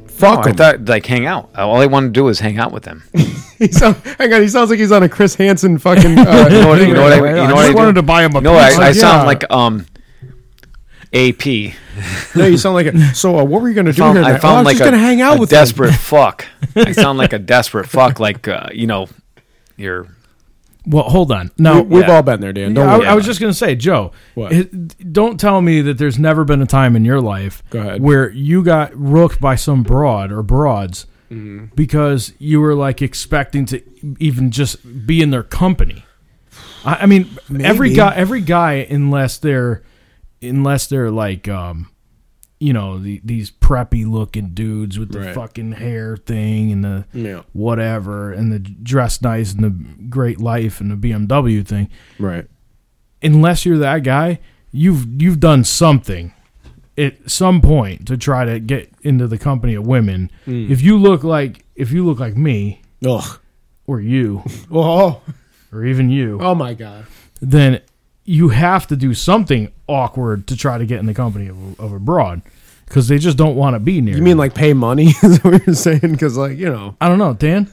S1: Fuck. I thought like hang out. All I wanted to do was hang out with them.
S2: He sound, hang on, he sounds like he's on a Chris Hansen fucking. Uh,
S1: You know what, you know what I,
S2: anyway,
S1: you know
S2: I
S1: what
S2: just
S1: I do?
S2: wanted
S3: to buy him a
S1: No, I, I
S2: Yeah.
S1: sound like um, AP.
S2: No, you sound like a, so. Uh, what were you gonna do
S1: Found-
S2: here?
S1: I
S2: tonight?
S1: found
S2: oh, I'm
S1: like
S2: just
S1: a,
S2: gonna hang out
S1: a
S2: with them.
S1: desperate fuck. I sound like a desperate fuck. Like uh, you know, you're
S3: Well, hold on. Now,
S2: We've
S1: Yeah.
S2: all been there, Dan. Don't
S3: I,
S2: worry.
S3: I was just gonna say, Joe.
S2: What?
S3: it- don't tell me that there's never been a time in your life
S2: Go ahead.
S3: where you got rooked by some broad or broads
S2: Mm-hmm.
S3: because you were like expecting to even just be in their company. I, I mean, every
S2: Maybe.
S3: guy, every guy, unless they're, unless they're like, um, you know, the, these preppy looking dudes with the
S2: Right.
S3: fucking hair thing and the
S2: Yeah.
S3: whatever and the dress nice and the great life and the BMW thing
S2: right.
S3: unless you're that guy, you've you've done something at some point to try to get into the company of women.
S2: Hmm.
S3: If you look like if you look like me
S2: Ugh.
S3: or you
S2: Oh,
S3: or even you,
S2: oh my God.
S3: then you have to do something awkward to try to get in the company of, of a broad because they just don't want to be near.
S2: You mean like pay money? Is that what you're saying? Because like you know,
S3: I don't know, Dan.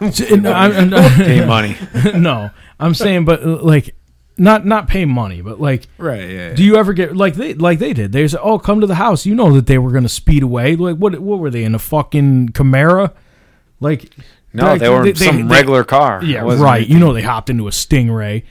S3: And I'm- and I'm-
S1: pay money.
S3: no, I'm saying, but uh, like, not not pay money, but like
S2: right? Yeah.
S3: Do you ever get like they like they did? They said, "Oh, come to the house." You know that they were going to speed away. Like what? What were they in a fucking Camaro? Like
S1: No, they were in some regular car.
S3: Yeah,
S1: It wasn't-
S3: right. You know they hopped into a Stingray.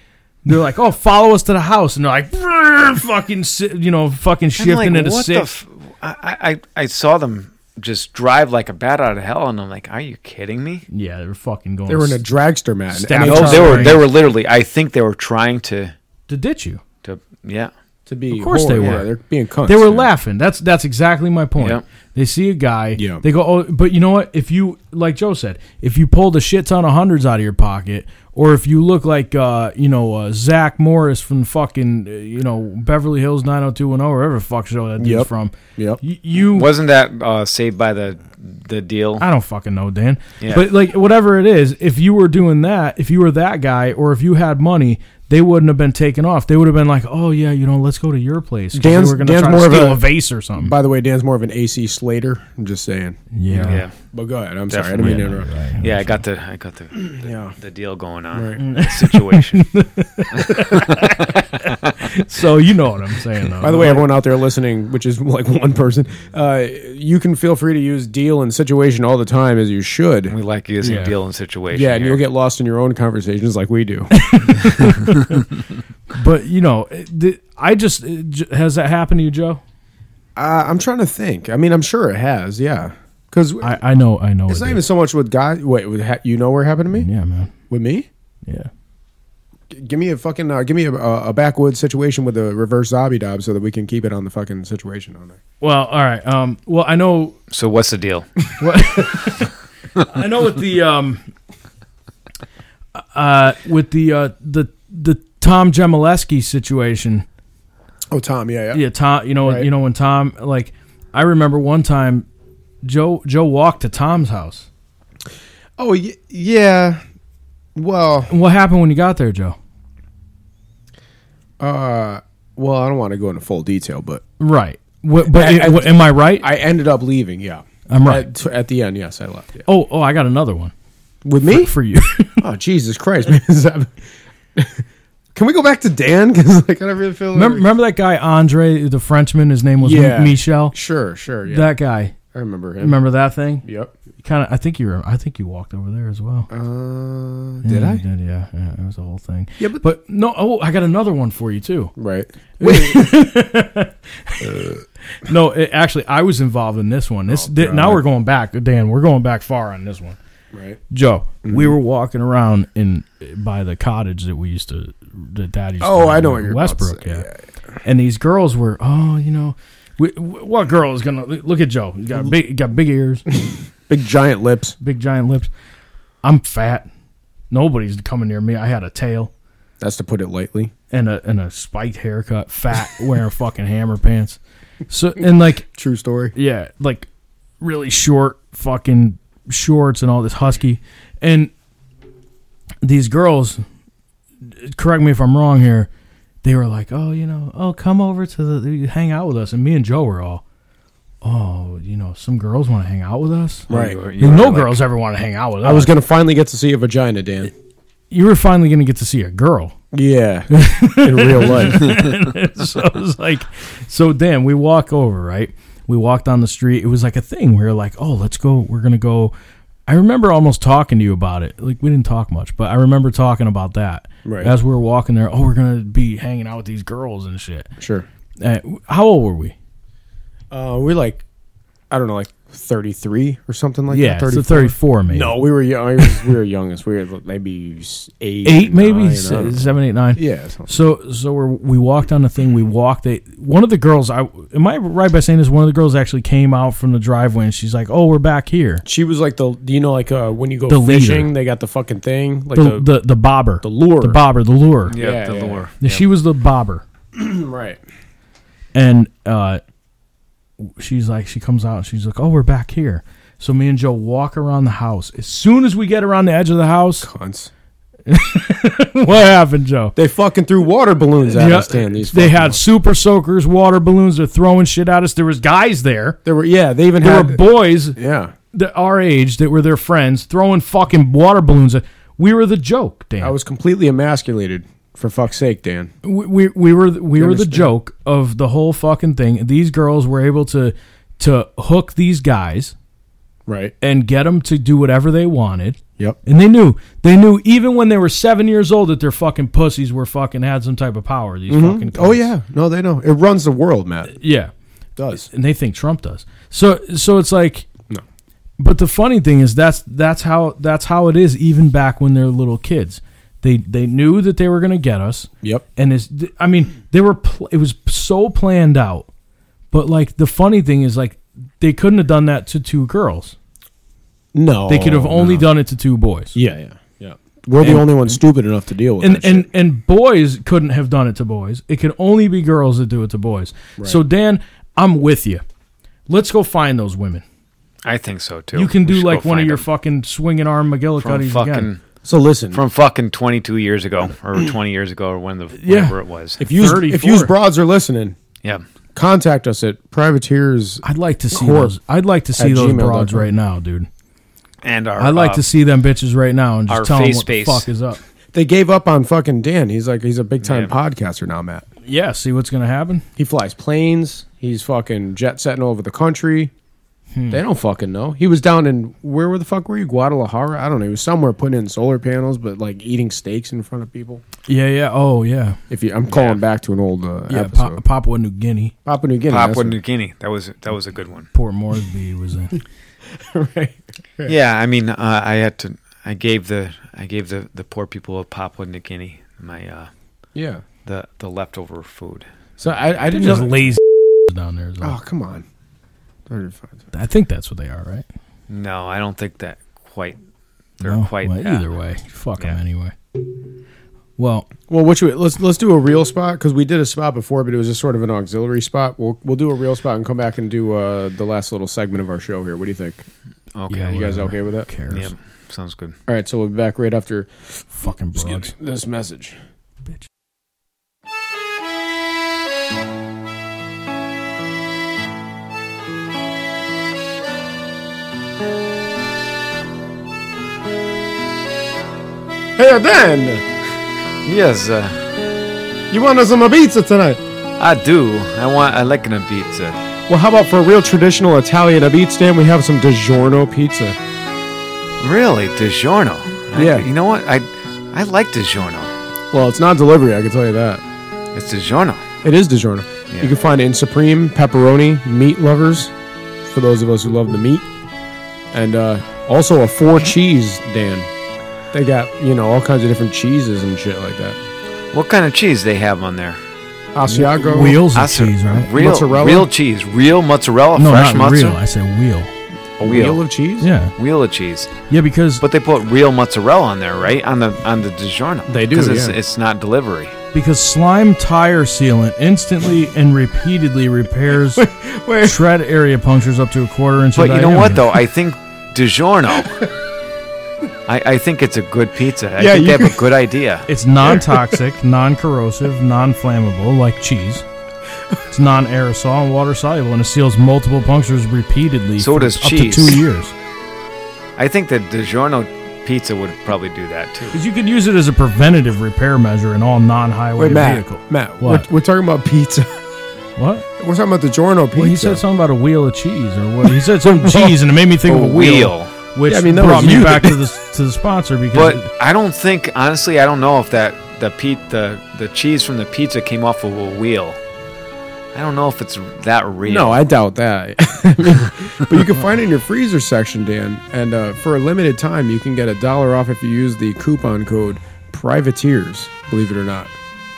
S3: They're like, "Oh, follow us to the house," and they're like, "Brrr," "Fucking, si- you know, fucking
S1: I'm
S3: shifting
S1: like,
S3: into
S1: what the
S3: six.
S1: f- I, I I saw them just drive like a bat out of hell, and I'm like, are you kidding me?
S3: yeah, they were fucking going.
S2: They were in a
S3: s-
S2: dragster mat. and
S3: Staff-
S2: they-
S1: No,
S3: trying
S1: they were
S3: to-
S1: they were literally. I think they were trying to
S3: to ditch you.
S1: to yeah.
S2: To be
S3: Of course
S2: whore,
S3: they
S2: yeah,
S3: were.
S2: they're being cunts.
S3: They were
S2: yeah.
S3: laughing. That's that's exactly my point.
S1: Yep.
S3: They see a guy.
S2: Yeah.
S3: They go, oh, but you know what? If you, like Joe said, if you pulled a shit ton of hundreds out of your pocket, or if you look like, uh, you know, uh, Zach Morris from fucking, uh, you know, Beverly Hills 90210, or wherever the fuck show that dude's
S2: Yep.
S3: from,
S2: Yep.
S3: y- you,
S1: Wasn't that uh, saved by the the deal?
S3: I don't fucking know, Dan.
S1: Yeah.
S3: But like, whatever it is, if you were doing that, if you were that guy, or if you had money, they wouldn't have been taken off. They would have been like, oh yeah, you know, let's go to your place. 'cause
S2: Dan's-
S3: they were gonna
S2: Dan's
S3: try
S2: more
S3: to
S2: of
S3: steal
S2: a-
S3: a, vase or something.
S2: By the way, Dan's more of an AC Slater. I'm just saying.
S1: yeah,
S2: But go ahead. I'm sorry. I didn't mean to interrupt.
S1: yeah. I got the I got the
S2: Yeah.
S1: the deal going on the situation.
S3: So you know what I'm saying. Though.
S2: By the way, everyone out there listening, which is like one person, uh, you can feel free to use deal and situation all the time as you should.
S1: we like using
S3: Yeah.
S1: deal and situation.
S2: Yeah, and
S1: here.
S2: you'll get lost in your own conversations like we do. Uh,
S3: but you know, it- the, I just it j- has that happened to you, Joe?
S2: Uh, I'm trying to think. I mean, I'm sure it has. Yeah. Because
S3: I, I know, I know.
S2: it's
S3: it
S2: not
S3: is.
S2: even so much with God. Wait, with ha- you know where it happened to me?
S3: yeah, man.
S2: With me?
S3: Yeah.
S2: G- give me a fucking uh, give me a, a a backwoods situation with a reverse zombie dob so that we can keep it on the fucking situation on there.
S3: Well, all right. Um, well, I know,
S1: So what's the deal?
S3: I know with the um, uh, with the uh, the the Tom Jemileski situation.
S2: Oh, Tom. Yeah, yeah.
S3: Yeah, Tom. You know,
S2: Right.
S3: you know when Tom like, I remember one time, Joe Joe walked to Tom's house.
S2: Oh, y- yeah. Well,
S3: And what happened when you got there, Joe?
S2: uh, well, I don't want to go into full detail, but
S3: Right. What, but
S2: I-
S3: it- what- am I right?
S2: I ended up leaving. Yeah,
S3: I'm right.
S2: At, at the end, yes, I left. Yeah.
S3: oh, oh, I got another one
S2: With me?
S3: for you.
S2: Oh, Jesus Christ! man, is that- Can we go back to Dan? Because like, I don't really feel.
S3: remember,
S2: like,
S3: remember that guy Andre, the Frenchman. His name was
S2: Yeah.
S3: Michel.
S2: sure, sure. Yeah,
S3: That guy.
S2: I remember him.
S3: Remember that thing?
S2: Yep.
S3: Kind of. I think you. Were, I think you walked over there as well.
S2: Uh, did
S3: yeah, you
S2: I?
S3: Did, yeah, yeah. It was a whole thing.
S2: Yeah, but-
S3: but no. Oh, I got another one for you too.
S2: Right.
S3: No, it, actually, I was involved in this one.
S2: Oh,
S3: This thi- now we're going back, Dan. We're going back far on this one.
S2: Right.
S3: Joe,
S2: Mm-hmm.
S3: we were walking around in by the cottage that we used to that Dad used. to
S2: Oh,
S3: live
S2: I know
S3: in,
S2: what you're about to
S3: Westbrook.
S2: say.
S3: yeah. and these girls were oh, you know, we, w what girl is gonna look at Joe? He's
S2: Mm-hmm.
S3: got big, got big ears,
S2: Big giant lips.
S3: big giant lips. I'm fat. Nobody's coming near me. I had a tail
S2: That's to put it lightly.
S3: and a and a spiked haircut, fat, wearing fucking hammer pants. So and like
S2: True story.
S3: yeah, like really short fucking shorts and all this husky. And these girls, correct me if I'm wrong here, they were like, oh, you know, oh, come over to the, hang out with us. And me and Joe were all, oh, you know, some girls want to hang out with us.
S2: Right.
S1: You were
S3: no
S1: like-
S3: girls ever want to hang out with us.
S2: I was gonna finally get to see a vagina, Dan.
S3: you were finally going to get to see a girl.
S2: Yeah. In real life.
S3: so it was like, so Dan, we walk over, right? We walked on the street. It was like a thing. We were like, oh, let's go. We're gonna go. I remember almost talking to you about it. Like we didn't talk much, but I remember talking about that
S2: Right.
S3: as we were walking there. Oh, we're gonna be hanging out with these girls and shit.
S2: Sure.
S3: Uh, how old were we?
S2: Uh, we're like, I don't know, like thirty-three or something like
S3: yeah,
S2: that.
S3: so thirty-four, maybe.
S2: No, we were young. I was- we were youngest. We were maybe s- eight,
S3: eight, maybe
S2: nine, I
S3: Se-
S2: don't know.
S3: seven, eight, nine.
S2: Yeah, something.
S3: So so we're, we walked on the thing. We walked. They, one of the girls. I am I right by saying this? One of the girls actually came out from the driveway and she's like, "Oh, we're back here."
S2: She was like the you know like uh, when you go
S3: The leader.
S2: fishing, they got the fucking thing like
S3: the,
S2: the,
S3: the, the bobber, the
S2: lure.
S3: the bobber, the lure.
S1: Yeah,
S2: Yeah,
S1: the
S2: yeah.
S1: lure.
S3: She was the bobber,
S2: right.
S3: and uh, she's like, she comes out, and she's like, "Oh, we're back here." So me and Joe walk around the house. As soon as we get around the edge of the house,
S2: Cunts.
S3: what happened, Joe?
S2: They fucking threw water balloons at
S3: Yeah,
S2: us. Dan, these
S3: they
S2: fucking-
S3: had super soakers, water balloons. They're throwing shit at us. There was guys there.
S2: There were yeah. They even
S3: There were
S2: had
S3: boys
S2: yeah.
S3: that our age that were their friends throwing fucking water balloons. at We were the joke, Dan.
S2: I was completely emasculated. For fuck's sake, Dan.
S3: we, we, we were we were the
S2: understand?
S3: joke of the whole fucking thing. These girls were able to to hook these guys
S2: Right.
S3: and get them to do whatever they wanted.
S2: Yep.
S3: And they knew they knew even when they were seven years old that their fucking pussies were fucking had some type of power. These fucking
S2: Oh
S3: cunts.
S2: yeah. No, they know. It runs the world, Matt. It
S3: yeah,
S2: does.
S3: and they think Trump does. So so it's like
S2: No.
S3: But the funny thing is that's that's how that's how it is even back when they're little kids. They they knew that they were gonna get us.
S2: Yep.
S3: and it's i mean they were pl- it was so planned out but like the funny thing is like they couldn't have done that to two girls
S2: Oh, No.
S3: they could have only done it to two boys
S2: Yeah, yeah, yeah. We're the only ones stupid enough to deal with
S3: and
S2: that shit.
S3: and and boys couldn't have done it to boys it could only be girls that do it to boys so dan i'm with you let's go find those women
S1: I think so too.
S3: you can
S1: We
S3: do
S1: should
S3: like
S1: go
S3: one of
S1: find
S3: your
S1: them.
S3: fucking swinging arm
S1: from
S3: mcgillicuddies
S1: fucking
S3: again
S2: So listen,
S1: from fucking 22 years ago or 20 years ago or when the whenever it was.
S2: if you
S3: 34.
S2: if you broads are listening,
S1: yeah.
S2: contact us at privateers.
S3: i'd like to see
S2: Corp
S3: those i'd like to see
S2: at
S3: those
S2: gmail dot
S3: broads
S2: com.
S3: right now dude
S1: And our
S3: i'd like
S1: uh,
S3: to see them bitches right now and
S1: our
S3: just tell them
S1: face
S3: what the
S1: space.
S3: fuck is up
S2: They gave up on fucking Dan. He's like he's a big time
S1: Yeah.
S2: podcaster now, Matt.
S3: yeah see what's gonna happen
S2: He flies planes. He's fucking jet setting all over the country. They don't fucking know. He was down in where were the fuck were you? Guadalajara? I don't know. He was somewhere putting in solar panels, but like eating steaks in front of people.
S3: Yeah, yeah. Oh, yeah.
S2: If you, I'm calling back to an old uh,
S3: Yeah,
S2: episode.
S3: pa- Papua New Guinea.
S2: Papua New Guinea.
S1: Papua
S2: that's
S1: New Guinea. That was that was a good one.
S3: Poor Moresby was in.
S2: what- right.
S1: Yeah, I mean, uh, I had to. I gave the I gave the, the poor people of Papua New Guinea my uh,
S2: Yeah.
S1: the the leftover food.
S2: So I, I didn't
S3: Just
S2: know.
S3: lazy down there. is all.
S2: oh come on. 35.
S3: I think that's what they are, right?
S1: No, I don't think that quite. They're
S3: No?
S1: quite
S3: Oh, Well,
S1: that.
S3: either way, fuck them
S1: Yeah.
S3: anyway. Well,
S2: Well, which way? Let's let's do a real spot because we did a spot before, but it was just sort of an auxiliary spot. We'll we'll do a real spot and come back and do uh, the last little segment of our show here. What do you think?
S1: Okay.
S3: yeah,
S2: You guys
S3: whatever.
S2: okay with that?
S3: Who cares?
S1: Yep. Sounds good.
S2: All right, so we'll be back right after
S3: Fucking broad.
S2: this message. Hey, Dan,
S1: Yes, uh,
S2: you want us some pizza tonight?
S1: I do. I want. I like an pizza.
S2: Well, how about for a real traditional Italian abit stand, we have some DiGiorno pizza.
S1: Really, DiGiorno. I-
S2: Yeah.
S1: you know what? I I like DiGiorno.
S2: Well, it's not delivery, I can tell you that.
S1: It's DiGiorno.
S2: It is DiGiorno.
S1: Yeah.
S2: You can find it in Supreme, pepperoni, meat lovers, for those of us who love the meat, and uh, also a four cheese, Dan. They got, you know, all kinds of different cheeses and shit like that.
S1: What kind of cheese they have on there?
S2: Asiago.
S3: Wheels
S1: I
S3: of
S1: said
S3: cheese, right?
S1: Real,
S2: Mozzarella?
S1: real cheese, real mozzarella,
S3: no,
S1: fresh
S3: not real.
S1: mozzarella,
S3: I said wheel.
S2: A wheel of cheese?
S3: Yeah,
S1: wheel of cheese.
S3: yeah. Because
S1: But they put real mozzarella on there, right? On the on the DiGiorno.
S2: They do,
S1: Because it's,
S2: yeah.
S1: it's not delivery.
S3: because slime tire sealant instantly and repeatedly repairs
S2: Wait.
S3: tread area punctures up to a quarter inch. in
S1: But you know what
S3: diameter.
S1: though? I think DiGiorno. I, I think it's a good pizza. I
S2: Yeah,
S1: think they
S2: you-
S1: have a good idea.
S3: It's non-toxic, non-corrosive, non-flammable, like cheese. It's non-aerosol and water soluble, and it seals multiple punctures repeatedly.
S1: So
S3: for
S1: does
S3: up
S1: cheese.
S3: to two years.
S1: I think that DiGiorno pizza would probably do that too.
S3: Because you could use it as a preventative repair measure in all non-highway
S2: Wait, Matt.
S3: vehicles.
S2: Matt,
S3: What?
S2: We're, we're talking about pizza.
S3: What?
S2: We're talking about DiGiorno pizza.
S3: Well, he said something about a wheel of cheese or what? He said some cheese, and it made me think
S1: A
S3: of a wheel,
S1: wheel.
S3: which
S2: Yeah, I mean, that
S3: brought
S2: was
S3: me
S2: you
S3: back
S2: that-
S3: to the to the sponsor because
S1: But I don't think honestly I don't know if that the pe- the the cheese from the pizza came off of a wheel. I don't know if it's that real.
S2: No, I doubt that. I mean, but you can find it in your freezer section, Dan. And uh, for a limited time, you can get a dollar off if you use the coupon code Privateers. Believe it or not,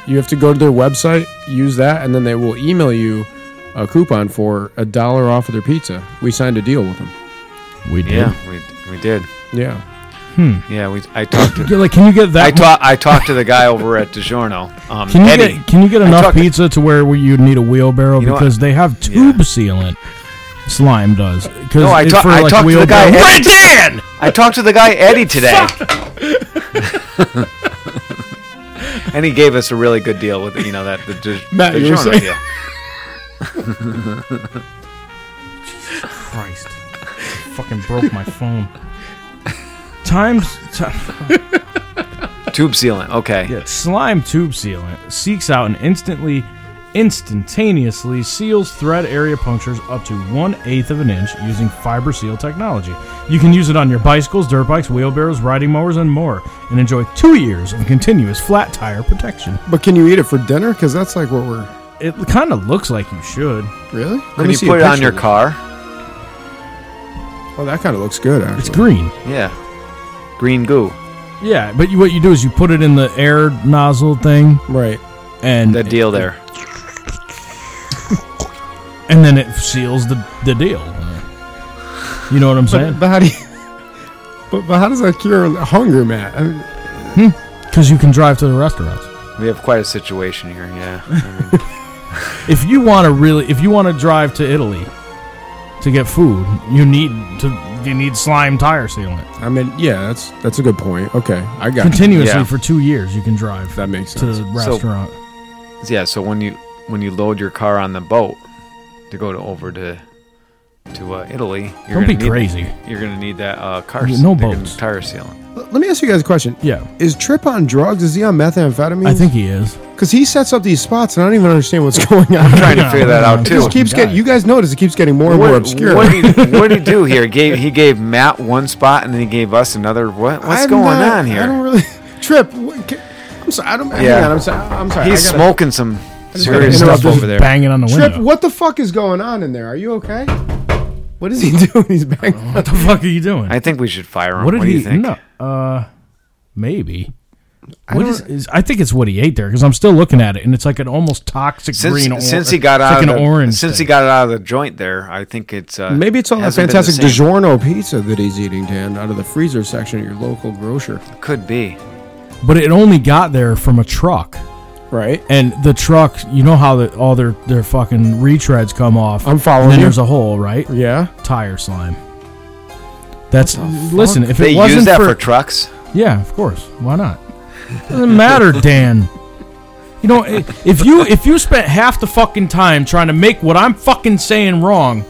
S2: you have to go to their website, use that, and then they will email you a coupon for a dollar off of their pizza. We signed a deal with them.
S3: we did.
S1: yeah, we we did.
S2: Yeah,
S1: Yeah, we I talked to
S3: Yeah, Like, can you get that?
S1: I
S3: one-
S1: talked I talked to the guy over at DiGiorno. Um,
S3: Can you
S1: Eddie.
S3: get can you get enough
S1: talked to-
S3: pizza to where we- you'd need a wheelbarrow
S1: You know what?
S3: because they have tube sealant? Slime does. 'Cause
S1: No, I,
S3: it-
S1: ta-
S3: for,
S1: I
S3: like,
S1: talked to the guy.
S3: wheelbarrow-
S1: Eddie. I talked to the guy Eddie today. and he gave us a really good deal with you know that the, Di-
S2: Matt,
S1: the
S2: you were
S1: Giorno
S2: saying-
S1: deal.
S3: Christ. Fucking broke my phone. Times ti-
S1: Tube sealant. Okay.
S3: slime tube sealant seeks out and instantly instantaneously seals thread area punctures up to one eighth of an inch using fiber seal technology. You can use it on your bicycles, dirt bikes, wheelbarrows, riding mowers, and more, and enjoy two years of continuous flat tire protection.
S2: but can you eat it for dinner? Because that's like what we're
S3: It kind of looks like you should.
S2: really.
S1: Can you put it on your car?
S2: Oh, that kind of looks good. Actually,
S3: It's green.
S1: Yeah. Green goo.
S3: Yeah, but you, what you do is you put it in the air nozzle thing,
S2: right.
S3: and
S1: The deal there.
S3: and then it seals the the deal. You know what I'm
S2: But,
S3: saying?
S2: but how do you? But, but how does that cure hunger, Matt? I mean,
S3: Because you can drive to the restaurants.
S1: We have quite a situation here. Yeah. I mean,
S3: If you want to really, if you want to drive to Italy to get food, you need to you need slime tire sealant
S2: I mean, yeah, that's that's a good point. Okay, I got you.
S3: continuously
S1: Yeah.
S3: for two years. You can drive
S2: That makes
S3: to
S2: sense.
S3: the restaurant.
S1: yeah. So when you when you load your car on the boat to go to over to to to uh, Italy, you're
S3: Don't
S1: gonna
S3: be
S1: need-
S3: crazy.
S1: You're going to need that uh, car.
S3: Yeah, no
S1: they're gonna
S3: boats.
S1: Tire sealing.
S2: Let me ask you guys a question.
S3: Yeah.
S2: Is Trip on drugs? Is he on methamphetamine?
S3: I think he is.
S2: because he sets up these spots, and I don't even understand what's going on.
S1: Trying
S3: Yeah.
S1: to figure that out
S2: It
S1: too.
S2: just keeps getting. You guys notice it keeps getting more and more
S1: what,
S2: obscure.
S1: what, did he, what did he do here? Gave he gave Matt one spot and then he gave us another. What what's
S2: I'm
S1: going on
S2: not- I don't
S1: here?
S2: really. Trip. what- ca- I'm sorry. I don't.
S1: Yeah.
S2: Hang on, I'm sorry. I'm sorry.
S1: He's
S2: I gotta-
S1: smoking some serious
S2: interrupt
S1: stuff
S2: this
S1: over there.
S3: Banging on the
S2: Trip.
S3: window.
S2: What the fuck is going on in there? Are you okay? What is he doing? He's banging.
S3: What the fuck are you doing?
S1: I think we should fire him.
S3: what
S1: What,
S3: did
S1: do
S3: he?
S1: you think?
S3: No. Uh, maybe. I,
S2: don't-
S3: is, is- I think it's what he ate there because I'm still looking at it and it's like an almost toxic
S1: Since,
S3: green. or-
S1: since he got
S3: it's
S1: out
S3: like
S1: of
S3: an
S1: the,
S3: orange.
S1: since he
S3: thing.
S1: got out of the joint there, I think it's uh,
S2: Maybe it's all that
S1: hasn't been the
S2: fantastic
S1: same.
S2: DiGiorno pizza that he's eating, Dan, out of the freezer section at your local grocer.
S1: Could be.
S3: but it only got there from a truck.
S2: Right?
S3: And the truck, you know how the, all their, their fucking retreads come off.
S2: I'm following
S3: And then
S2: you.
S3: there's a hole, right?
S2: Yeah.
S3: Tire slime. That's listen. If
S1: They
S3: it wasn't
S1: use that for,
S3: for
S1: trucks.
S3: Yeah, of course. Why not? Doesn't matter, Dan. You know, i- if you if you spent half the fucking time trying to make what I'm fucking saying wrong,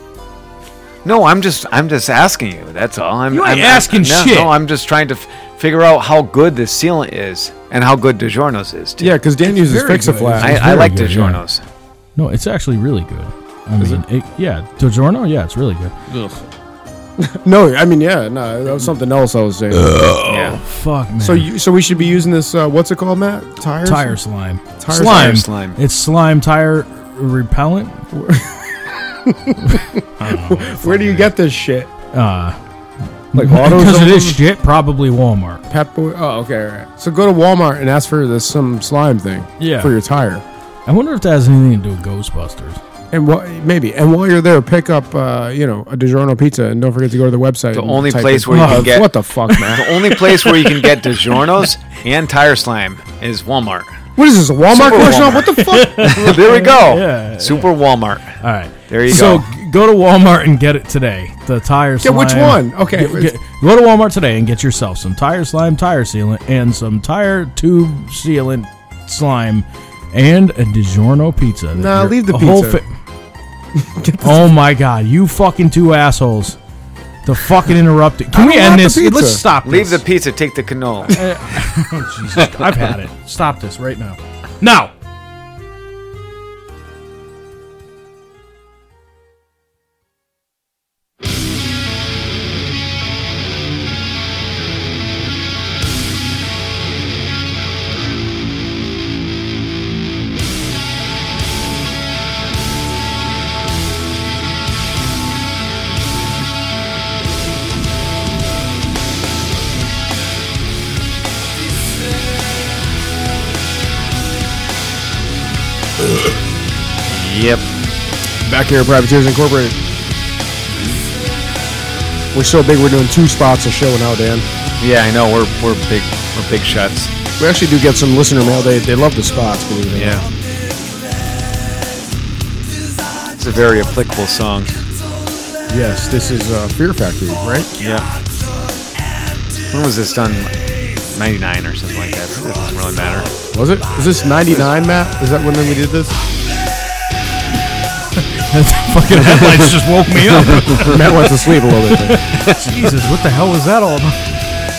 S1: No, I'm just I'm just asking you. That's all. I'm,
S3: You ain't
S1: I'm-
S3: asking
S1: no,
S3: shit.
S1: No, I'm just trying to f- figure out how good this sealant is and how good DiGiorno's is too.
S2: Yeah, because Dan uses
S3: very
S2: Fix a Flat.
S3: good.
S1: I,
S3: it's
S1: I
S3: very
S1: like
S3: good, yeah.
S1: DiGiorno's.
S3: no, it's actually really good. I mean, it? yeah, DiGiorno, yeah, it's really good.
S2: No, I mean, yeah, no, that was something else I was saying.
S1: Yeah.
S3: Fuck man.
S2: so you, so we should be using this. Uh, what's it called, Matt? Tires.
S3: tire slime,
S1: slime.
S3: slime,
S1: Slime.
S3: It's slime tire repellent. I don't know.
S2: Where do you get this shit?
S3: Uh,
S2: Like
S3: because it
S2: AutoZone?
S3: is shit. Probably Walmart.
S2: Pep Boy. Oh, okay. All right. So go to Walmart and ask for this some slime thing.
S3: Yeah.
S2: For your tire.
S3: I wonder if that has anything to do with Ghostbusters.
S2: And what maybe and while you're there, pick up uh, you know a DiGiorno pizza, and don't forget to go to the website.
S1: The
S2: and
S1: only
S2: type
S1: place
S2: in-
S1: where you can
S2: Uh,
S1: get-
S2: what the fuck, man?
S1: The only place where you can get DiGiorno's and tire slime is Walmart.
S2: what is this? A Walmart
S1: Super
S2: commercial?
S1: Walmart.
S2: What the fuck?
S1: there we go.
S3: Yeah,
S1: Super Walmart.
S3: All right.
S1: There you
S3: so
S1: go.
S3: g- go to Walmart and get it today. The tire
S2: Get
S3: slime.
S2: which one? Okay,
S3: Get- get- go to Walmart today and get yourself some tire slime, tire sealant, and some tire tube sealant slime, and a DiGiorno pizza. that
S2: Nah,
S3: your-
S2: leave the
S3: a whole
S2: pizza.
S3: oh my God! You fucking two assholes! The fucking interrupting. Can we
S2: don't
S3: end
S2: want the
S3: this?
S2: pizza.
S3: Let's stop.
S1: Leave the
S3: this.
S1: pizza, take the canola.
S3: Oh, Jesus. I've had it. Stop this right now. Now.
S1: yep.
S2: Back here, at Privateers Incorporated. We're so big, we're doing two spots a show now, Dan.
S1: Yeah, I know. We're we're big we're big shots.
S2: We actually do get some listener mail. They, they love the spots, believe it or
S1: Yeah. It's a very applicable song.
S2: not. Yes, this is uh, Fear Factory, right?
S1: Yeah. When was this done? 99 or something like that. It doesn't really matter.
S2: Was it? Is this 99, Matt? Is that when we did this?
S3: fucking headlights just woke me up.
S2: Matt went to sleep a little bit. there.
S3: Jesus, what the hell was that all about?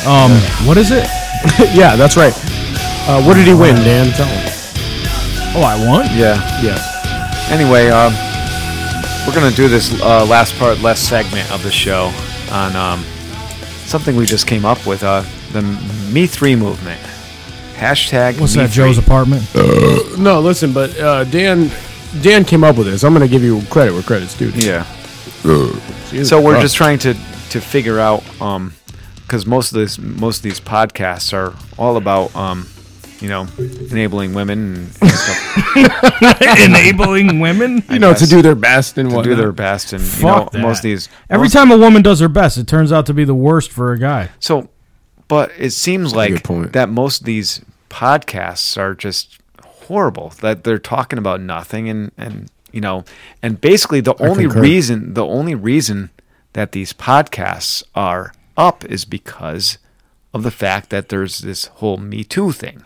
S3: Um, what is it?
S2: yeah, that's right. Uh, what did he win, Dan? Tell him.
S3: Oh, I won.
S1: Yeah.
S2: Yes.
S1: Anyway, um, we're gonna do this uh, last part, last segment of the show on um, something we just came up with, uh, the Me Three movement. Hashtag
S3: What's
S1: Me
S3: that?
S1: Three.
S3: Joe's apartment.
S2: No, listen, but uh, Dan Dan came up with this. I'm going to give you credit where credit's due.
S1: Yeah.
S2: Jesus
S1: So we're
S2: Christ.
S1: just trying to to figure out because most of this most of these podcasts are all about um, you know enabling women and, and stuff
S3: Enabling women.
S2: you know to
S1: guess.
S2: do their best and
S1: to
S2: what
S1: do their best and you know
S3: Fuck that.
S1: most of these
S3: Every
S1: most-
S3: time a woman does her best, it turns out to be the worst for a guy.
S1: So, but it seems
S2: a
S1: like
S2: good point.
S1: that most of these podcasts are just horrible. That they're talking about nothing, and and you know, and basically the only
S2: concur.
S1: reason the only reason that these podcasts are up is because of the fact that there's this whole Me Too thing,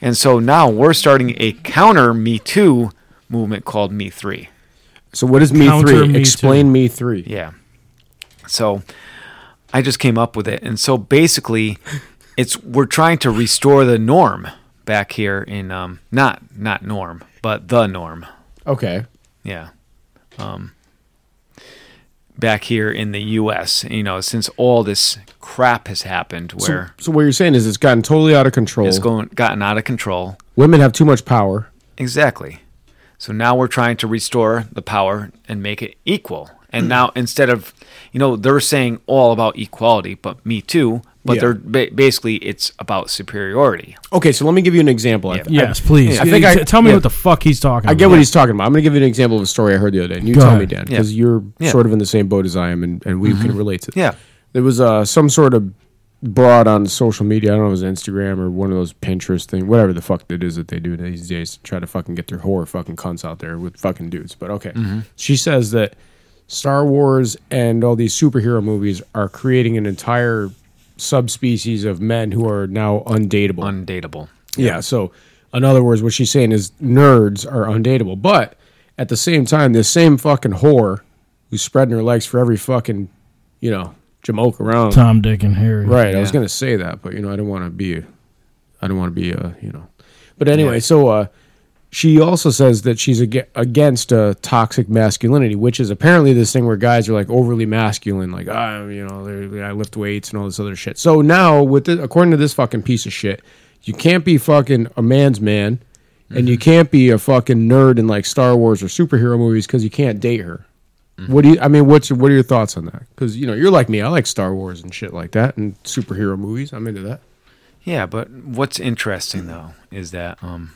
S1: and so now we're starting a counter Me Too movement called Me Three.
S2: So what is me
S3: Counter
S2: three?
S3: Me Too.
S2: Explain me three.
S1: Yeah. So I just came up with it. And so basically it's we're trying to restore the norm back here in um not not norm, but the norm.
S2: Okay.
S1: Yeah. Um back here in the US, you know, since all this crap has happened where
S2: So what you're saying is it's gotten totally out of control.
S1: it's going gotten out of control.
S2: Women have too much power.
S1: Exactly. So now we're trying to restore the power and make it equal. And now instead of, you know, they're saying all about equality, but me too. But
S2: Yeah.
S1: they're ba- basically it's about superiority.
S2: Okay, so let me give you an example. I- I,
S3: Yes, please.
S2: I think I-
S3: T- tell me
S2: yeah.
S3: what the fuck he's talking.
S2: I get
S3: about.
S2: what he's talking about. I'm going to give you an example of a story I heard the other day. And you
S3: Go
S2: tell
S3: ahead.
S2: me, Dan,
S1: Yeah.
S2: because you're
S1: Yeah. Mm-hmm.
S2: sort of in the same boat as I am, and, and we can relate to. it.
S1: Yeah.
S2: There was uh, some sort of broad on social media. I don't know if it was Instagram or one of those Pinterest thing, whatever the fuck it is that they do these days to try to fucking get their horror fucking cunts out there with fucking dudes. But okay, she says that Star Wars and all these superhero movies are creating an entire subspecies of men who are now undateable.
S1: Undateable.
S2: Yeah. So, in other words, what she's saying is nerds are undateable. But at the same time, this same fucking whore who's spreading her legs for every fucking, you know, jamoke around.
S3: Tom, Dick, and Harry.
S2: Right. I was
S1: Yeah.
S2: gonna say that, but you know, I don't want to be, I don't want to be, uh, you know. But anyway, so uh, she also says that she's ag- against uh, toxic masculinity, which is apparently this thing where guys are like overly masculine, like ah, you know, they're- I lift weights and all this other shit. So now, with the, according to this fucking piece of shit, you can't be fucking a man's man, and you can't be a fucking nerd in like Star Wars or superhero movies because you can't date her. What do you? I mean, what's what are your thoughts on that? Because you know, you're like me. I like Star Wars and shit like that, and superhero movies. I'm into that.
S1: Yeah, but what's interesting though is that um,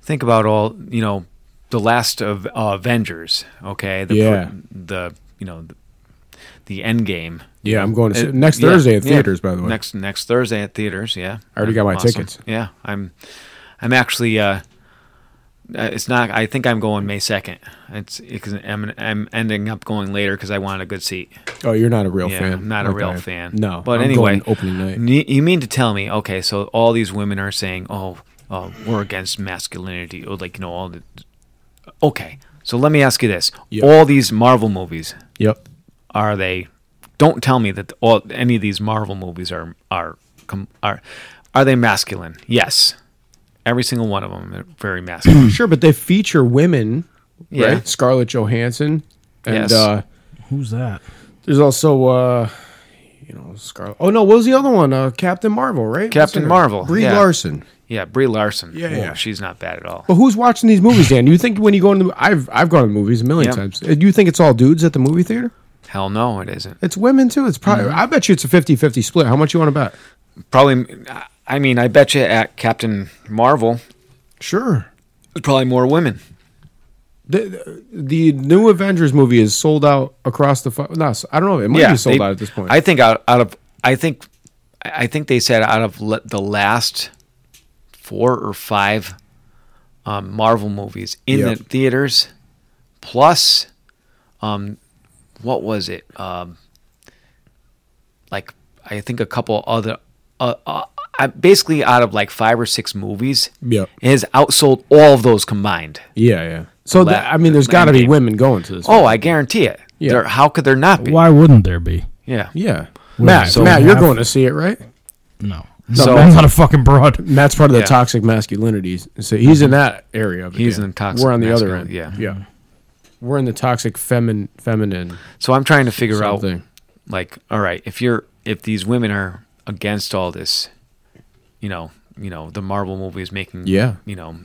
S1: think about all you know the last of uh, Avengers. Okay, the,
S2: Yeah.
S1: the you know the, the End Game.
S2: Yeah, I'm going to see,
S1: It-
S2: next
S1: Uh, yeah,
S2: Thursday at
S1: yeah.
S2: theaters. By the way,
S1: next next Thursday at theaters. Yeah,
S2: I already got my tickets.
S1: Yeah, I'm I'm actually uh, uh, it's not. I think I'm going May second. It's because I'm I'm ending up going later because I want a good seat.
S2: oh, you're not a real
S1: yeah,
S2: fan.
S1: I'm not a
S2: like
S1: real
S2: I am.
S1: fan.
S2: No,
S1: but
S2: I'm
S1: anyway, Mm.
S2: going opening night.
S1: ne- you mean to tell me? Okay, so all these women are saying, "Oh, oh we're against masculinity," or like you know all the. Okay, so let me ask you this:
S2: Yeah.
S1: All these Marvel movies,
S2: Yep.
S1: are they don't tell me that all any of these marvel movies are are com- are are they masculine yes every single one of them are very masculine
S2: Sure, but they feature women,
S1: Yeah.
S2: right? Scarlett Johansson, and
S1: Yes.
S2: uh,
S3: Who's that?
S2: there's also. uh you know, Scarlet. Oh no, what was the other one? Uh, Captain Marvel, right? What's
S1: Captain
S2: her name?
S1: Marvel,
S2: Brie
S1: yeah.
S2: Larson.
S1: yeah brie larson
S2: Yeah,
S1: Oh,
S2: yeah.
S1: she's not bad at all
S2: But who's watching these movies, Dan? You think when you go into I've I've gone to movies a million
S1: Yeah.
S2: times. Do you think it's all dudes at the movie theater?
S1: hell no it isn't
S2: It's women too. It's probably. I bet you it's a 50-50 split. How much you want to bet?
S1: probably i mean i bet you at captain marvel
S2: Sure.
S1: there's probably more women
S2: The, the new Avengers movie is sold out across the. Fu- no, I don't know. It might be sold
S1: they-
S2: out at this point.
S1: i think out, out of i think i think they said out of le- the last four or five um, marvel movies in
S2: Yep.
S1: the theaters plus um what was it um like i think a couple other uh, uh, I- basically out of like five or six movies
S2: Yep.
S1: it has outsold all of those combined
S2: yeah, yeah. So
S1: La-
S2: that, I mean, there's got to be
S1: Endgame.
S2: women going to this.
S1: oh i guarantee it
S2: Yeah.
S1: There- how could there not be
S3: Why wouldn't there be?
S1: yeah
S2: yeah.
S3: Women.
S2: Matt,
S3: So
S2: Matt,
S3: we
S2: you're
S3: have-
S2: going to see it, right?
S3: No.
S1: So-
S3: So I'm not a fucking broad.
S2: Matt's part of the
S1: Yeah.
S2: toxic masculinity. So he's in that area of it.
S1: He's
S2: Dan.
S1: in the toxic
S2: We're on the other end.
S1: masculinity,
S2: yeah. We're in the toxic feminine, feminine
S1: So I'm trying to figure
S2: Something.
S1: out, like, all right, if you're if these women are against all this, you know, you know, the Marvel movie is making,
S2: Yeah.
S1: you know,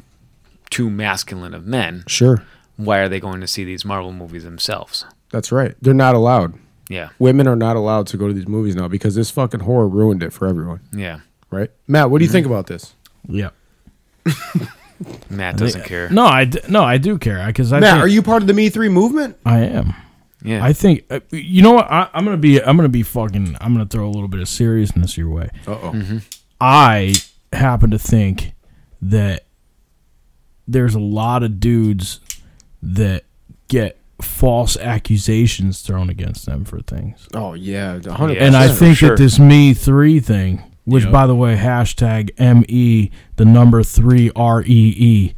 S1: too masculine of men.
S2: Sure.
S1: Why are they going to see these Marvel movies themselves?
S2: That's right. They're not allowed.
S1: Yeah,
S2: Women are not allowed to go to these movies now because this fucking horror ruined it for everyone,
S1: yeah.
S2: right? Matt, what do you think about this?
S3: Yeah.
S1: Matt doesn't care.
S3: No, I d- no, I do care because I
S2: Matt,
S3: think-
S2: are you part of the Me Three movement?
S3: I am.
S1: Yeah,
S3: I think uh, you know what I, I'm gonna be. I'm gonna be fucking. I'm gonna throw a little bit of seriousness your way.
S2: Uh oh.
S3: I happen to think that there's a lot of dudes that get false accusations thrown against them for things.
S2: Oh yeah, a hundred.
S1: Yeah.
S3: and I
S1: for
S3: think
S1: sure.
S3: that this me three thing, which by the way, E. hashtag me the number three R E E.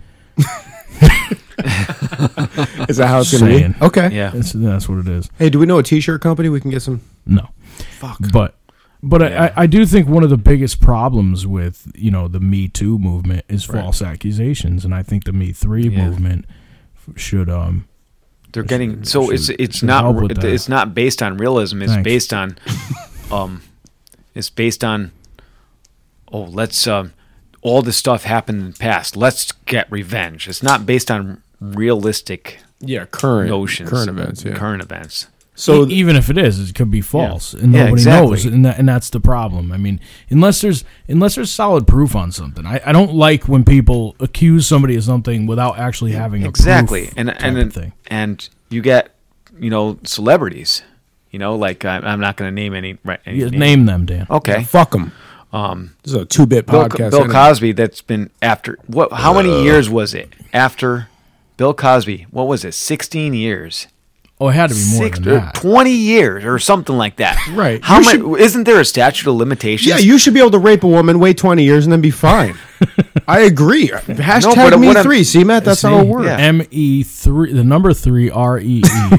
S2: Is that how it's going to
S3: Saying.
S2: be? Okay.
S1: Yeah.
S3: That's, that's what it is.
S2: Hey, do we know a T-shirt company we can get some?
S3: No. Fuck. But but
S1: Yeah.
S3: I, I do think one of the biggest problems with you know the Me Too movement is false accusations, and I think the Me Three
S1: Yeah.
S3: movement f- should um
S1: They're getting so
S3: should-
S1: it's it's
S3: should help
S1: not
S3: with that.
S1: it's not based on realism. It's
S3: Thanks.
S1: based on, um, it's based on. Oh, let's um, all this stuff happened in the past. Let's get revenge. It's not based on realistic
S2: Yeah, current
S1: notions,
S2: current events. Yeah.
S1: current events.
S2: so
S3: E- even if it is, it could be false, and
S1: Yeah,
S3: nobody
S1: exactly.
S3: knows, and that, and that's the problem. I mean, unless there's unless there's solid proof on something, I, I don't like when people accuse somebody of something without actually having a
S1: E, exactly
S3: proof
S1: and
S3: type
S1: and
S3: of
S1: and,
S3: thing.
S1: you get you know celebrities you know like I, i'm not going to name any right any
S3: Yeah,
S1: name.
S3: name them, Dan.
S1: okay
S2: fuck them. Um, this is a two-bit
S1: e- bill,
S2: podcast.
S1: bill
S2: anyway.
S1: cosby that's been after what how many years was it after bill cosby what was it 16 years
S3: Oh, it had to be more
S1: Six-
S3: than
S1: or
S3: that.
S1: 20 years or something like that
S2: Right.
S1: how
S2: You
S1: much isn't there a statute of limitations
S2: Yeah, you should be able to rape a woman, wait 20 years, and then be fine. I agree. Hashtag
S1: but
S2: me
S1: what I'm-
S2: three. See, Matt, that's how it
S3: See?
S2: works.
S1: Yeah.
S3: M E three, the number three R E E.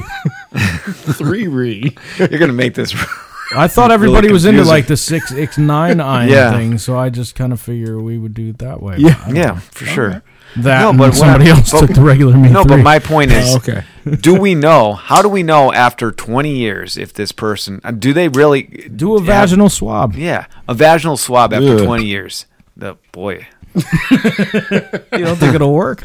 S2: Three re.
S1: you're going to make this
S3: I thought everybody was into
S1: confusing.
S3: like the six x nine iron
S1: Yeah.
S3: thing, so I just kind of figure we would do it that way.
S2: Yeah.
S3: I don't know.
S1: yeah for sure
S3: that
S1: No,
S3: and
S1: but what
S3: somebody
S1: I'm-
S3: else
S1: but-
S3: took the regular me.
S1: no but
S3: three.
S1: my point is
S2: okay.
S1: do we know how do we know after 20 years if this person uh, do they really
S3: do a
S1: have-
S3: vaginal swab.
S1: yeah a vaginal swab after
S2: Ugh.
S1: 20 years the boy
S3: You don't think it'll work?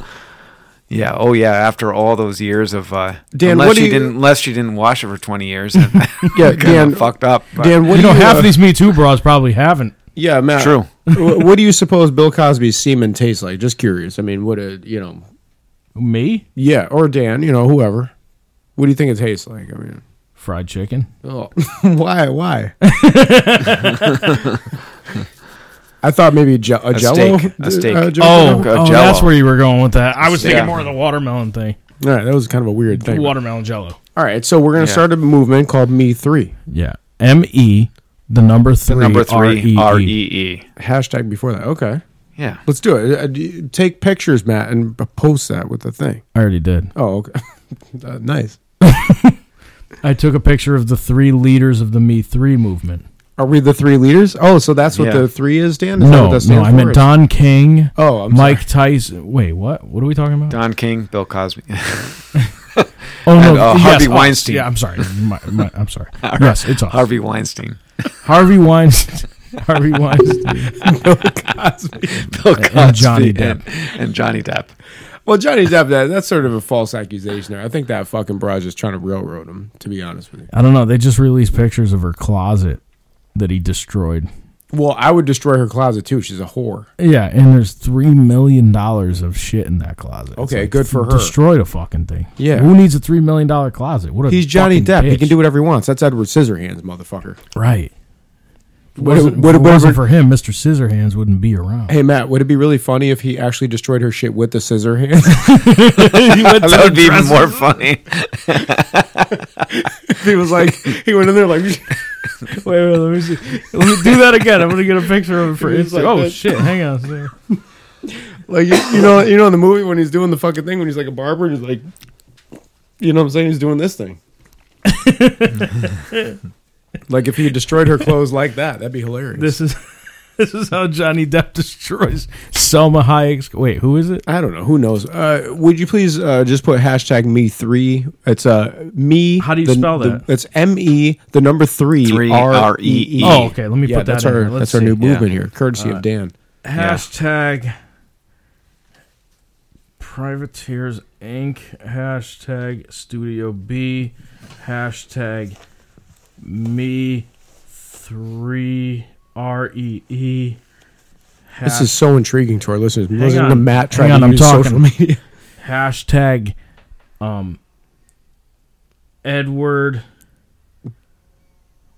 S1: yeah oh yeah after all those years of uh
S2: Dan,
S1: unless
S2: what do
S1: you,
S2: you-
S1: didn't unless you didn't wash it for 20 years kind
S2: Yeah,
S1: Dan,
S2: Dan.
S1: fucked up but-
S2: Dan, what
S3: you
S2: do
S3: know,
S2: you,
S3: half
S2: uh,
S3: of these Me Too bras probably haven't.
S2: Yeah, Matt.
S1: True.
S2: wh- what do you suppose Bill Cosby's semen tastes like? Just curious. I mean, what a you know,
S3: Me
S2: yeah, or Dan, you know, whoever. What do you think it tastes like? I mean,
S3: fried chicken.
S2: oh, why, why? I thought maybe je- a, Jello,
S1: steak, a steak.
S2: uh, Jello.
S3: Oh,
S1: a
S3: oh,
S1: Jell-O.
S3: that's where you were going with that. I was thinking
S1: Yeah.
S3: more of the watermelon thing.
S2: all right, that was kind of a weird thing.
S3: Watermelon Jello.
S2: All right, so we're gonna
S1: Yeah.
S2: start a movement called Me Three.
S3: Yeah, M E, the number three,
S1: number 3
S3: R
S1: R E
S3: E.
S1: E.
S2: Hashtag before that. Okay,
S1: yeah
S2: let's do it. Uh, d- Take pictures, Matt, and p- post that with the thing.
S3: I already did.
S2: Oh, okay, Uh, nice.
S3: I took a picture of the three leaders of the Me Three movement.
S2: Are we the three leaders? Oh, so that's what
S1: Yeah.
S2: the three is, Dan? Is that
S3: No,
S2: what that
S3: no,
S2: stands
S3: I
S2: for?
S3: meant Don King.
S2: Oh, I'm
S3: Mike Tyson. Wait, what? What are we talking about?
S1: don king bill cosby
S3: oh
S1: and, uh, Harvey
S3: oh,
S1: Weinstein.
S3: yeah, I'm sorry. My- my- I'm sorry. yes, it's us. Harvey,
S1: harvey weinstein
S3: Weinstein. Harvey Weinstein.
S1: bill cosby
S3: and Johnny
S1: and- and johnny depp
S2: Well, Johnny Depp, that, that's sort of a false accusation there. I think that fucking broad is trying to railroad him, to be honest with you.
S3: I don't know. They just released pictures of her closet that he destroyed.
S2: Well, I would destroy her closet too. She's a whore.
S3: Yeah, and there's three million dollars of shit in that closet. It's
S2: Okay, good for her.
S3: Destroy the fucking thing.
S2: Yeah.
S3: Who needs a three million dollar closet? What a
S2: He's Johnny
S3: fucking
S2: Depp. He
S3: bitch.
S2: can do whatever he wants. That's Edward Scissorhands, motherfucker.
S3: right.
S2: Would it-
S3: Wasn't-
S2: would it-
S3: if it
S2: would it-
S3: wasn't for him, Mr. Scissorhands wouldn't be around.
S2: Hey, Matt, would it be really funny if he actually destroyed her shit with the scissor hand?
S1: that would be even more funny
S2: he was like, he went in there like,
S3: Wait, wait, let me see. Let me do that again. I'm gonna get a picture of it for
S2: It's
S3: Instagram.
S2: like
S3: oh
S2: this.
S3: shit! Hang on. a second.
S2: like you, you know, you know, in the movie when he's doing the fucking thing when he's like a barber, he's like, you know what I'm saying? He's doing this thing. like if he destroyed her clothes like that, that'd be hilarious.
S3: This is this is how Johnny Depp destroys Selma Hayek's. Wait, who is it?
S2: I don't know. Who knows? Uh, would you please uh, just put hashtag me three? It's uh, me.
S3: How do you
S2: the-
S3: spell
S2: the-
S3: that?
S2: it's M E the number three
S1: Three,
S2: R
S1: R, E,
S2: E E.
S1: E.
S3: Oh, okay. Let me
S2: yeah,
S3: put that.
S2: that's
S3: in
S2: our
S3: here. Let's
S2: that's our
S3: see. Uh,
S2: new
S1: Yeah.
S2: movement here, courtesy of Dan.
S3: Hashtag Privateers Inc. Hashtag Studio B. Hashtag Me Three R E E.
S2: This is so intriguing to our listeners. Listen to
S3: on.
S2: Matt
S3: Hang
S2: trying
S3: on,
S2: to
S3: I'm
S2: use
S3: talking.
S2: social media.
S3: hashtag um Edward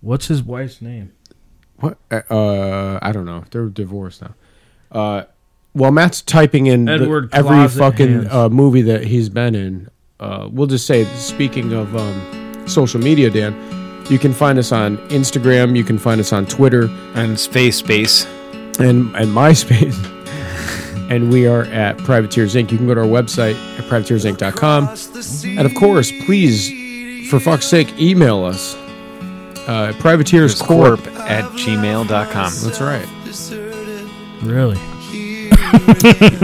S3: What's his wife's name?
S2: What? Uh, I don't know. They're divorced now. Uh, well, Matt's typing in the-
S3: Edward
S2: every
S3: Closet
S2: fucking
S3: Hands.
S2: uh, movie that he's been in. Uh, we'll just say, speaking of um, social media, Dan, you can find us on Instagram. You can find us on Twitter
S1: and space space
S2: and and MySpace and we are at Privateers Inc. You can go to our website at privateersinc.com. And of course, please, for fuck's sake, email us. Uh, Privateers Corp.
S1: Corp at gmail.com.
S2: That's right.
S3: Really?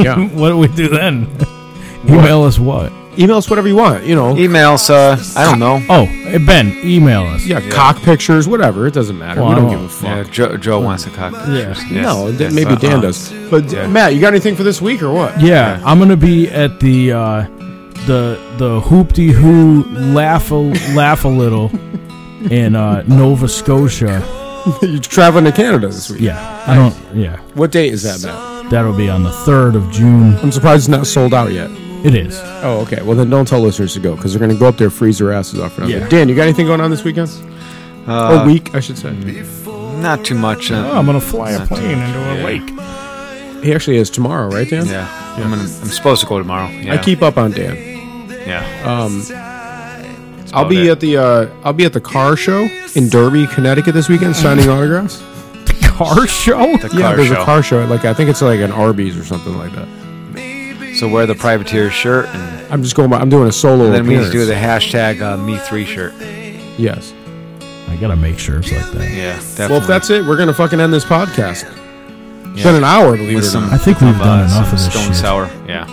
S2: Yeah.
S3: What do we do then? email us what?
S2: email us whatever you want. You know,
S1: Email us, uh, I don't know.
S3: Oh, hey, Ben, email us.
S2: yeah, cock pictures, whatever. It doesn't matter.
S3: Well,
S2: we
S3: I
S2: don't
S3: don't-
S2: give a fuck.
S1: Yeah, Joe, Joe wants a cock. pictures. Yes,
S2: no, th-
S1: yes,
S2: maybe
S1: uh-uh.
S2: Dan does. But
S1: Yeah.
S2: Matt, you got anything for this week or what?
S3: Yeah, I'm gonna be at the uh, the the hoopty hoo laugh a laugh a little in uh, Nova Scotia.
S2: You're traveling to Canada this week.
S3: Yeah, I don't. Yeah,
S2: What date is that, Matt?
S3: that'll be on the third of June.
S2: I'm surprised it's not sold out yet.
S3: It is.
S2: Oh, okay. Well, then don't tell listeners to go because they're going to go up there, freeze their asses off. For nothing.
S3: Yeah.
S2: Dan, you got anything going on this weekend?
S1: Uh,
S2: or week, I should say.
S1: Not too much. Uh,
S2: Oh,
S3: I'm gonna fly a
S1: not too
S3: plane
S1: much.
S3: into a
S1: Yeah.
S3: lake.
S2: He actually is tomorrow, right, Dan?
S1: Yeah, I'm, gonna, I'm supposed to go tomorrow. Yeah.
S2: I keep up on Dan.
S1: Yeah,
S2: Um,
S1: that's
S2: I'll
S1: about
S2: be
S1: it.
S2: at the uh, I'll be at the car show in Derby, Connecticut this weekend, signing autographs.
S3: Car show?
S1: the
S2: yeah,
S1: car
S2: there's
S1: show.
S2: a car show. Like I think it's like an Arby's or something like that.
S1: So wear the privateer shirt, and,
S2: I'm just going. By, I'm doing a solo.
S1: and then we need to
S2: appearance.
S1: do the hashtag uh, me three shirt.
S2: Yes.
S3: I gotta make sure it's like that.
S1: Yeah, definitely.
S2: Well, if that's it, we're gonna fucking end this podcast. It's
S1: Yeah.
S2: been an hour, believe
S1: with
S2: it or
S1: some,
S2: not.
S3: I think we've
S1: some,
S3: done
S1: uh,
S3: enough
S1: some
S3: of this
S1: stone
S3: shit.
S1: sour. Yeah.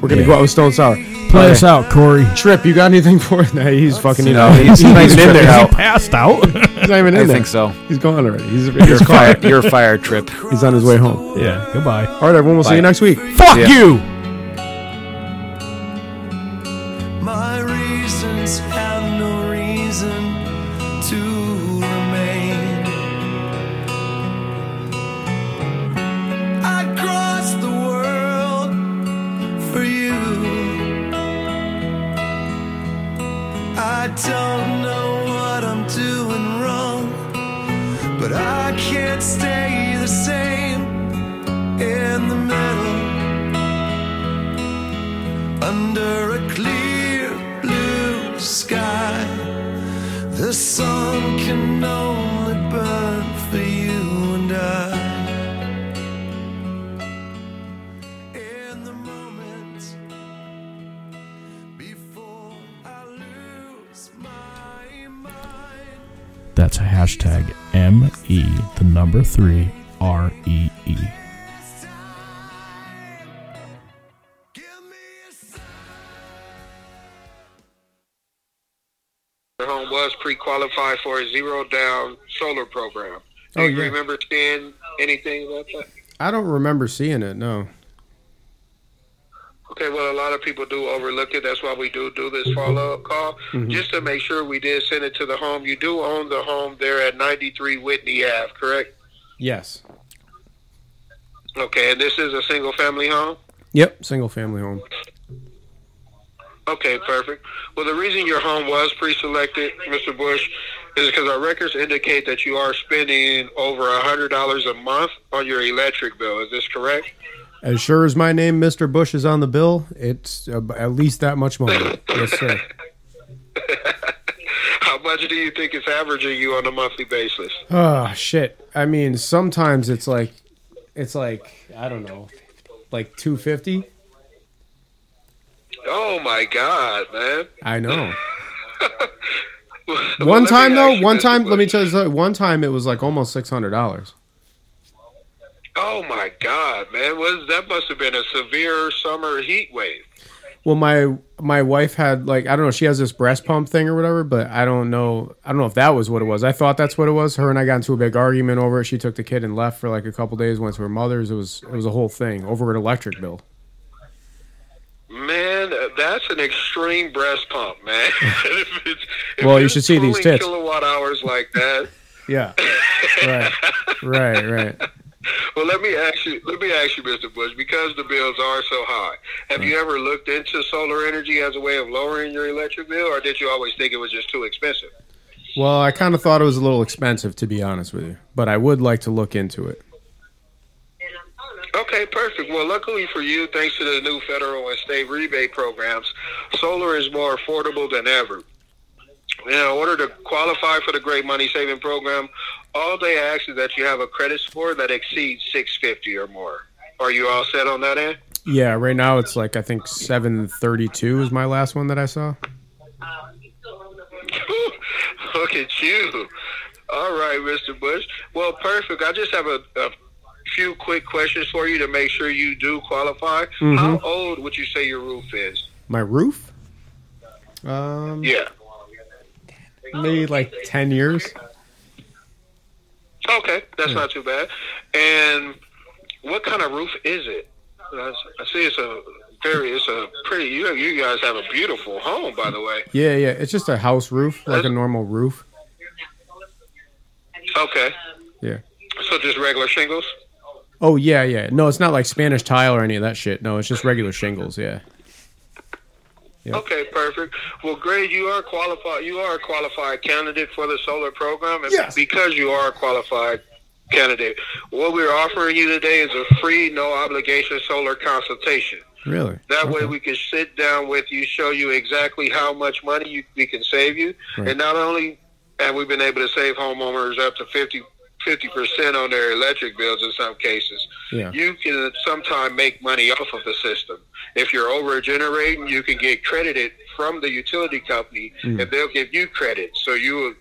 S2: We're gonna
S3: Yeah.
S2: go out with Stone Sour.
S3: Play us out, Corey.
S2: Trip, you got anything for it? Nah, he's fucking. You
S1: No,
S2: know,
S1: he's-
S2: he's, not
S1: he's
S2: even in
S1: tripping
S2: there.
S1: out.
S3: Passed out.
S2: He's not even in
S1: I
S2: there.
S1: think so.
S2: He's gone already. He's,
S1: You're
S2: he's
S1: fired. You're fired, Trip.
S2: He's on his way home.
S3: yeah. Goodbye.
S2: All right, everyone. We'll see
S1: Bye.
S2: you next week.
S3: Fuck
S1: Yeah.
S3: you.
S6: My reasons have no reason to remain. I'd cross the world for you. I don't know what I'm doing wrong, but I can't stay the same in the middle under a clear blue sky. The sun can only burn for you and I. In the moment before I lose my mind.
S3: That's hashtag M E the number three R E E.
S6: Give me a sign.
S7: The home was pre-qualified for a zero-down solar program. Do
S2: Oh,
S7: you
S2: yeah.
S7: remember seeing anything about that?
S2: I don't remember seeing it. No.
S7: Okay, well, a lot of people do overlook it. That's why we do do this follow-up call,
S2: Mm-hmm.
S7: just to make sure we did send it to the home. You do own the home there at 93 Whitney Ave, correct?
S2: Yes.
S7: Okay, and this is a single-family home?
S2: Yep. Single family home.
S7: Okay, perfect. Well, the reason your home was pre-selected, Mr. Bush, is because our records indicate that you are spending over a $100 a month on your electric bill. Is this correct?
S2: As sure as my name, Mr. Bush, is on the bill, it's uh, at least that much money. yes, sir.
S7: How much do you think it's averaging you on a monthly basis?
S2: Oh shit! I mean, sometimes it's like, it's like I don't know, like two fifty.
S7: Oh my God, man!
S2: I know.
S7: Well, let
S2: One
S7: me
S2: time
S7: ask
S2: though,
S7: you
S2: one
S7: this,
S2: time. Let me
S7: Bush.
S2: tell you, something. one time it was like almost six hundred dollars.
S7: Oh my God, man! Was that must have been a severe summer heat wave?
S2: Well, my my wife had like I don't know. She has this breast pump thing or whatever, but I don't know. I don't know if that was what it was. I thought that's what it was. Her and I got into a big argument over it. She took the kid and left for like a couple days. Went to her mother's. It was it was a whole thing over an electric bill.
S7: Man, uh, that's an extreme breast pump, man. If it's- if
S2: Well, you
S7: you're
S2: should see these
S7: pulling
S2: tits.
S7: Kilowatt hours like that.
S2: Yeah. right. Right. Right.
S7: Well, let me ask you. Let me ask you, Mr. Bush, because the bills are so high. Have you ever looked into solar energy as a way of lowering your electric bill, or did you always think it was just too expensive?
S2: Well, I kind of thought it was a little expensive to be honest with you, but I would like to look into it.
S7: Okay, perfect. Well, luckily for you, thanks to the new federal and state rebate programs, solar is more affordable than ever. In order to qualify for the Great Money Saving Program, all they ask is that you have a credit score that exceeds 650 or more. Are you all set on that end?
S2: Yeah, right now it's like I think seven thirty-two is my last one that I saw.
S7: Look at you. All right, Mr. Bush. Well, perfect. I just have a, a few quick questions for you to make sure you do qualify. How old would you say your roof is?
S2: My roof. Um,
S7: Yeah.
S2: maybe like ten years.
S7: Okay, that's not too bad. And what kind of roof is it? I I see it's a very, it's a pretty. You you guys have a beautiful home, by the way.
S2: Yeah, yeah. It's just a house roof, like a normal roof.
S7: Okay,
S2: Yeah.
S7: so just regular shingles.
S2: Oh yeah, yeah. No, it's not like Spanish tile or any of that shit. No, it's just regular shingles. Yeah.
S7: Okay, perfect. Well, great. You are qualified. You are a qualified candidate for the solar program, and
S2: Yes.
S7: because you are a qualified candidate, what we're offering you today is a free, no obligation solar consultation.
S2: Really.
S7: That way,
S2: Okay.
S7: we can sit down with you, show you exactly how much money you, we can save you,
S2: Right.
S7: and not only have we been able to save homeowners up to 50 percent on their electric bills in some cases.
S2: Yeah.
S7: You can sometime make money off of the system. If you're over generating, you can get credited from the utility company,
S2: Mm.
S7: and they'll give you credit. So you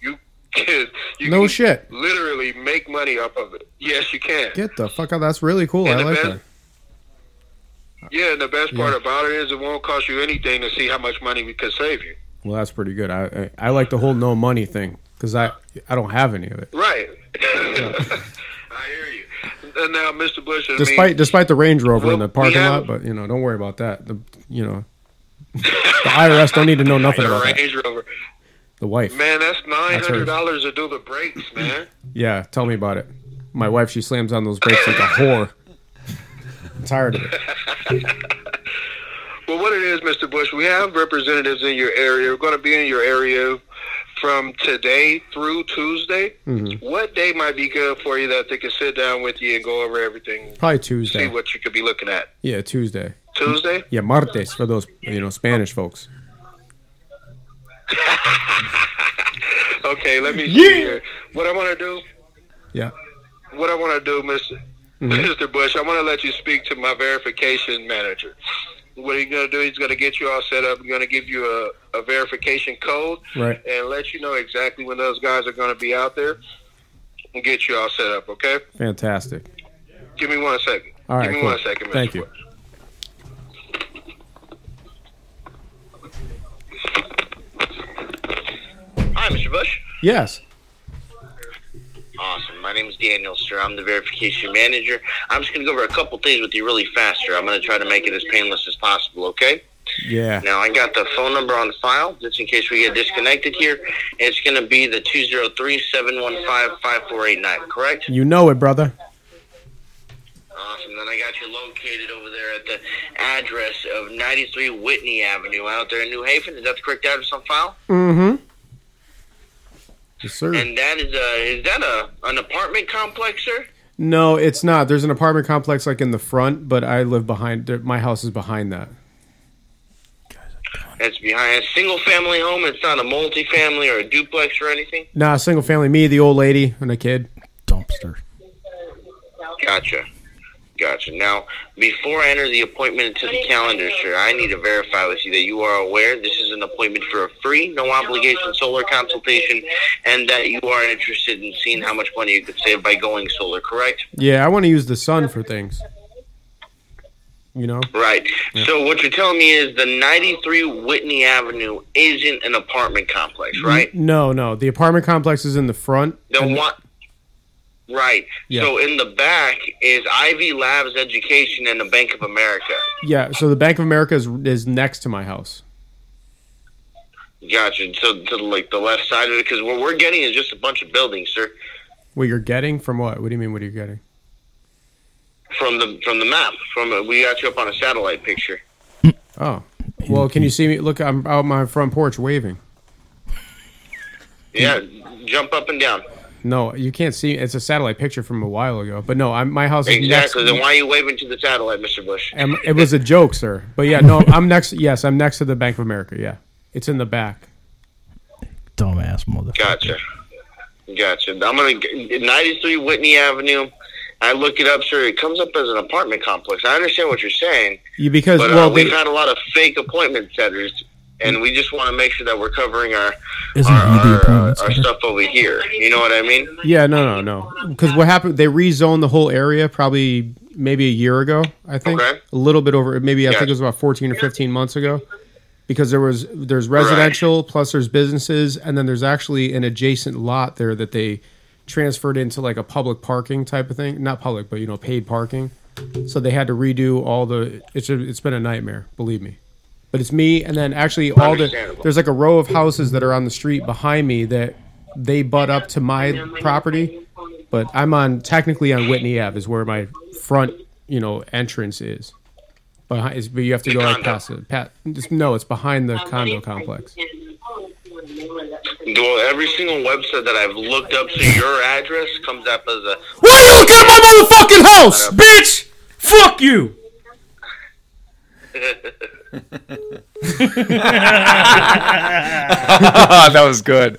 S7: you can you
S2: No
S7: can
S2: shit.
S7: literally make money off of it. Yes, you can.
S2: Get the fuck out. That's really cool.
S7: And
S2: I
S7: the
S2: like
S7: best-
S2: that.
S7: Yeah, and the best part about it is it won't cost you anything to see how much money we could save you.
S2: Well, that's pretty good. I I, I like the whole no money thing because I I don't have any of it.
S7: Right. I hear you. And now, Mr. Bush, I
S2: Despite
S7: mean,
S2: despite the Range Rover in the
S7: Well,
S2: parking
S7: we have-
S2: lot, but you know, don't worry about that. The you know, the IRS don't need to know nothing
S7: your
S2: about that.
S7: Range Rover,
S2: The wife.
S7: man, that's nine
S2: hers.
S7: hundred dollars to do the brakes, man.
S2: Yeah, tell me about it. My wife, she slams on those brakes like a whore. I'm tired of it.
S7: well, what it is, Mr. Bush, we have representatives in your area. We're going to be in your area from today through Tuesday. What day might be good for you that they can sit down with you and go over everything,
S2: Probably
S7: see
S2: Tuesday.
S7: what you could be looking at?
S2: Yeah, Tuesday.
S7: Tuesday.
S2: Yeah, martes for those you know Spanish folks.
S7: Okay, let me see here. What I want to do.
S2: Yeah.
S7: what I want to do, mister
S2: Mm-hmm.
S7: Mr. Bush, I want to let you speak to my verification manager. What he's going to do, he's going to get you all set up. He's going to give you a, a verification code
S2: Right.
S7: and let you know exactly when those guys are going to be out there and get you all set up, okay?
S2: Fantastic.
S7: Give me one second.
S2: All right.
S7: Give me
S2: cool.
S7: one second, Mr.
S2: Thank you.
S7: Bush.
S8: Hi, Mr. Bush.
S2: Yes.
S8: Awesome. My name is Daniel, sir. I'm the verification manager. I'm just going to go over a couple things with you really fast, sir. I'm going to try to make it as painless as possible, okay?
S2: Yeah.
S8: Now, I got the phone number on file, just in case we get disconnected here. It's going to be the 203 715 5489, correct?
S2: You know it, brother.
S8: Awesome. Then I got you located over there at the address of 93 Whitney Avenue out there in New Haven. Is that the correct address on file?
S2: Mm-hmm. Yes, sir.
S8: And that is a, is that a an apartment complex, sir?
S2: No, it's not. There's an apartment complex like in the front, but I live behind. My house is behind that.
S8: It's behind a single family home. It's not a multi-family or a duplex or anything.
S2: Nah, single family. Me, the old lady, and a kid.
S3: Dumpster.
S8: Gotcha. Gotcha. Now, before I enter the appointment into the calendar, sir, I need to verify with you that you are aware this is an appointment for a free, no obligation solar consultation and that you are interested in seeing how much money you could save by going solar, correct?
S2: Yeah, I want to use the sun for things. You know?
S8: Right. So, what you're telling me is the 93 Whitney Avenue isn't an apartment complex, right?
S2: No, no. The apartment complex is in the front.
S8: The
S2: and-
S8: one. Right.
S2: Yeah.
S8: So in the back is Ivy Labs Education and the Bank of America.
S2: yeah. So the Bank of America is is next to my house.
S8: Gotcha. So to like the left side of it, because what we're getting is just a bunch of buildings, sir,
S2: What you're getting from what? What do you mean? What are you getting?
S8: from the from the map. From uh we got you up on a satellite picture.
S2: Oh, well, can you see me? Look, I'm out my front porch waving.
S8: Yeah. Jump up and down.
S2: No, you can't see. It's a satellite picture from a while ago. But no, I'm, my house is
S8: Exactly.
S2: next.
S8: Then why are you waving to the satellite, Mister Bush?
S2: Am- it was a joke, sir. But yeah, no, I'm next. Yes, I'm next to the Bank of America. Yeah, it's in the back.
S3: Dumbass mother.
S8: Gotcha. Gotcha. I'm gonna ninety three Whitney Avenue.
S7: I look it up, sir. It comes up as an apartment complex. I understand what you're saying,
S2: You because
S7: but
S2: well,
S7: uh, we've
S2: the-
S7: had a lot of fake appointment setters, and we just want to make sure that we're covering our
S3: Isn't
S7: our,
S3: he the
S7: our, uh,
S3: appointment
S7: our
S3: setter?
S7: stuff over here. You know what I mean?
S2: yeah, no, no, no. Because what happened? They rezoned the whole area probably maybe a year ago. I think
S7: Okay.
S2: a little bit over. Maybe I think it
S7: Yeah.
S2: was about fourteen or fifteen months ago. Because there was there's residential plus there's businesses and then there's actually an adjacent lot there that they transferred into like a public parking type of thing. Not public, but you know paid parking. So they had to redo all the. It's a, it's been a nightmare, believe me. But it's me, and then actually all the
S7: Understandable.
S2: there's like a row of houses that are on the street behind me that they butt up to my property, but I'm on technically on Whitney Ave is where my front you know entrance is. Behind, is, but you have to
S7: The
S2: go like
S7: condo.
S2: past it. Pat, just- no, it's behind the condo complex.
S7: Well, every single website that I've looked up to your address comes up as a.
S3: Why you look at my motherfucking house, bitch? Fuck you.
S1: that was good.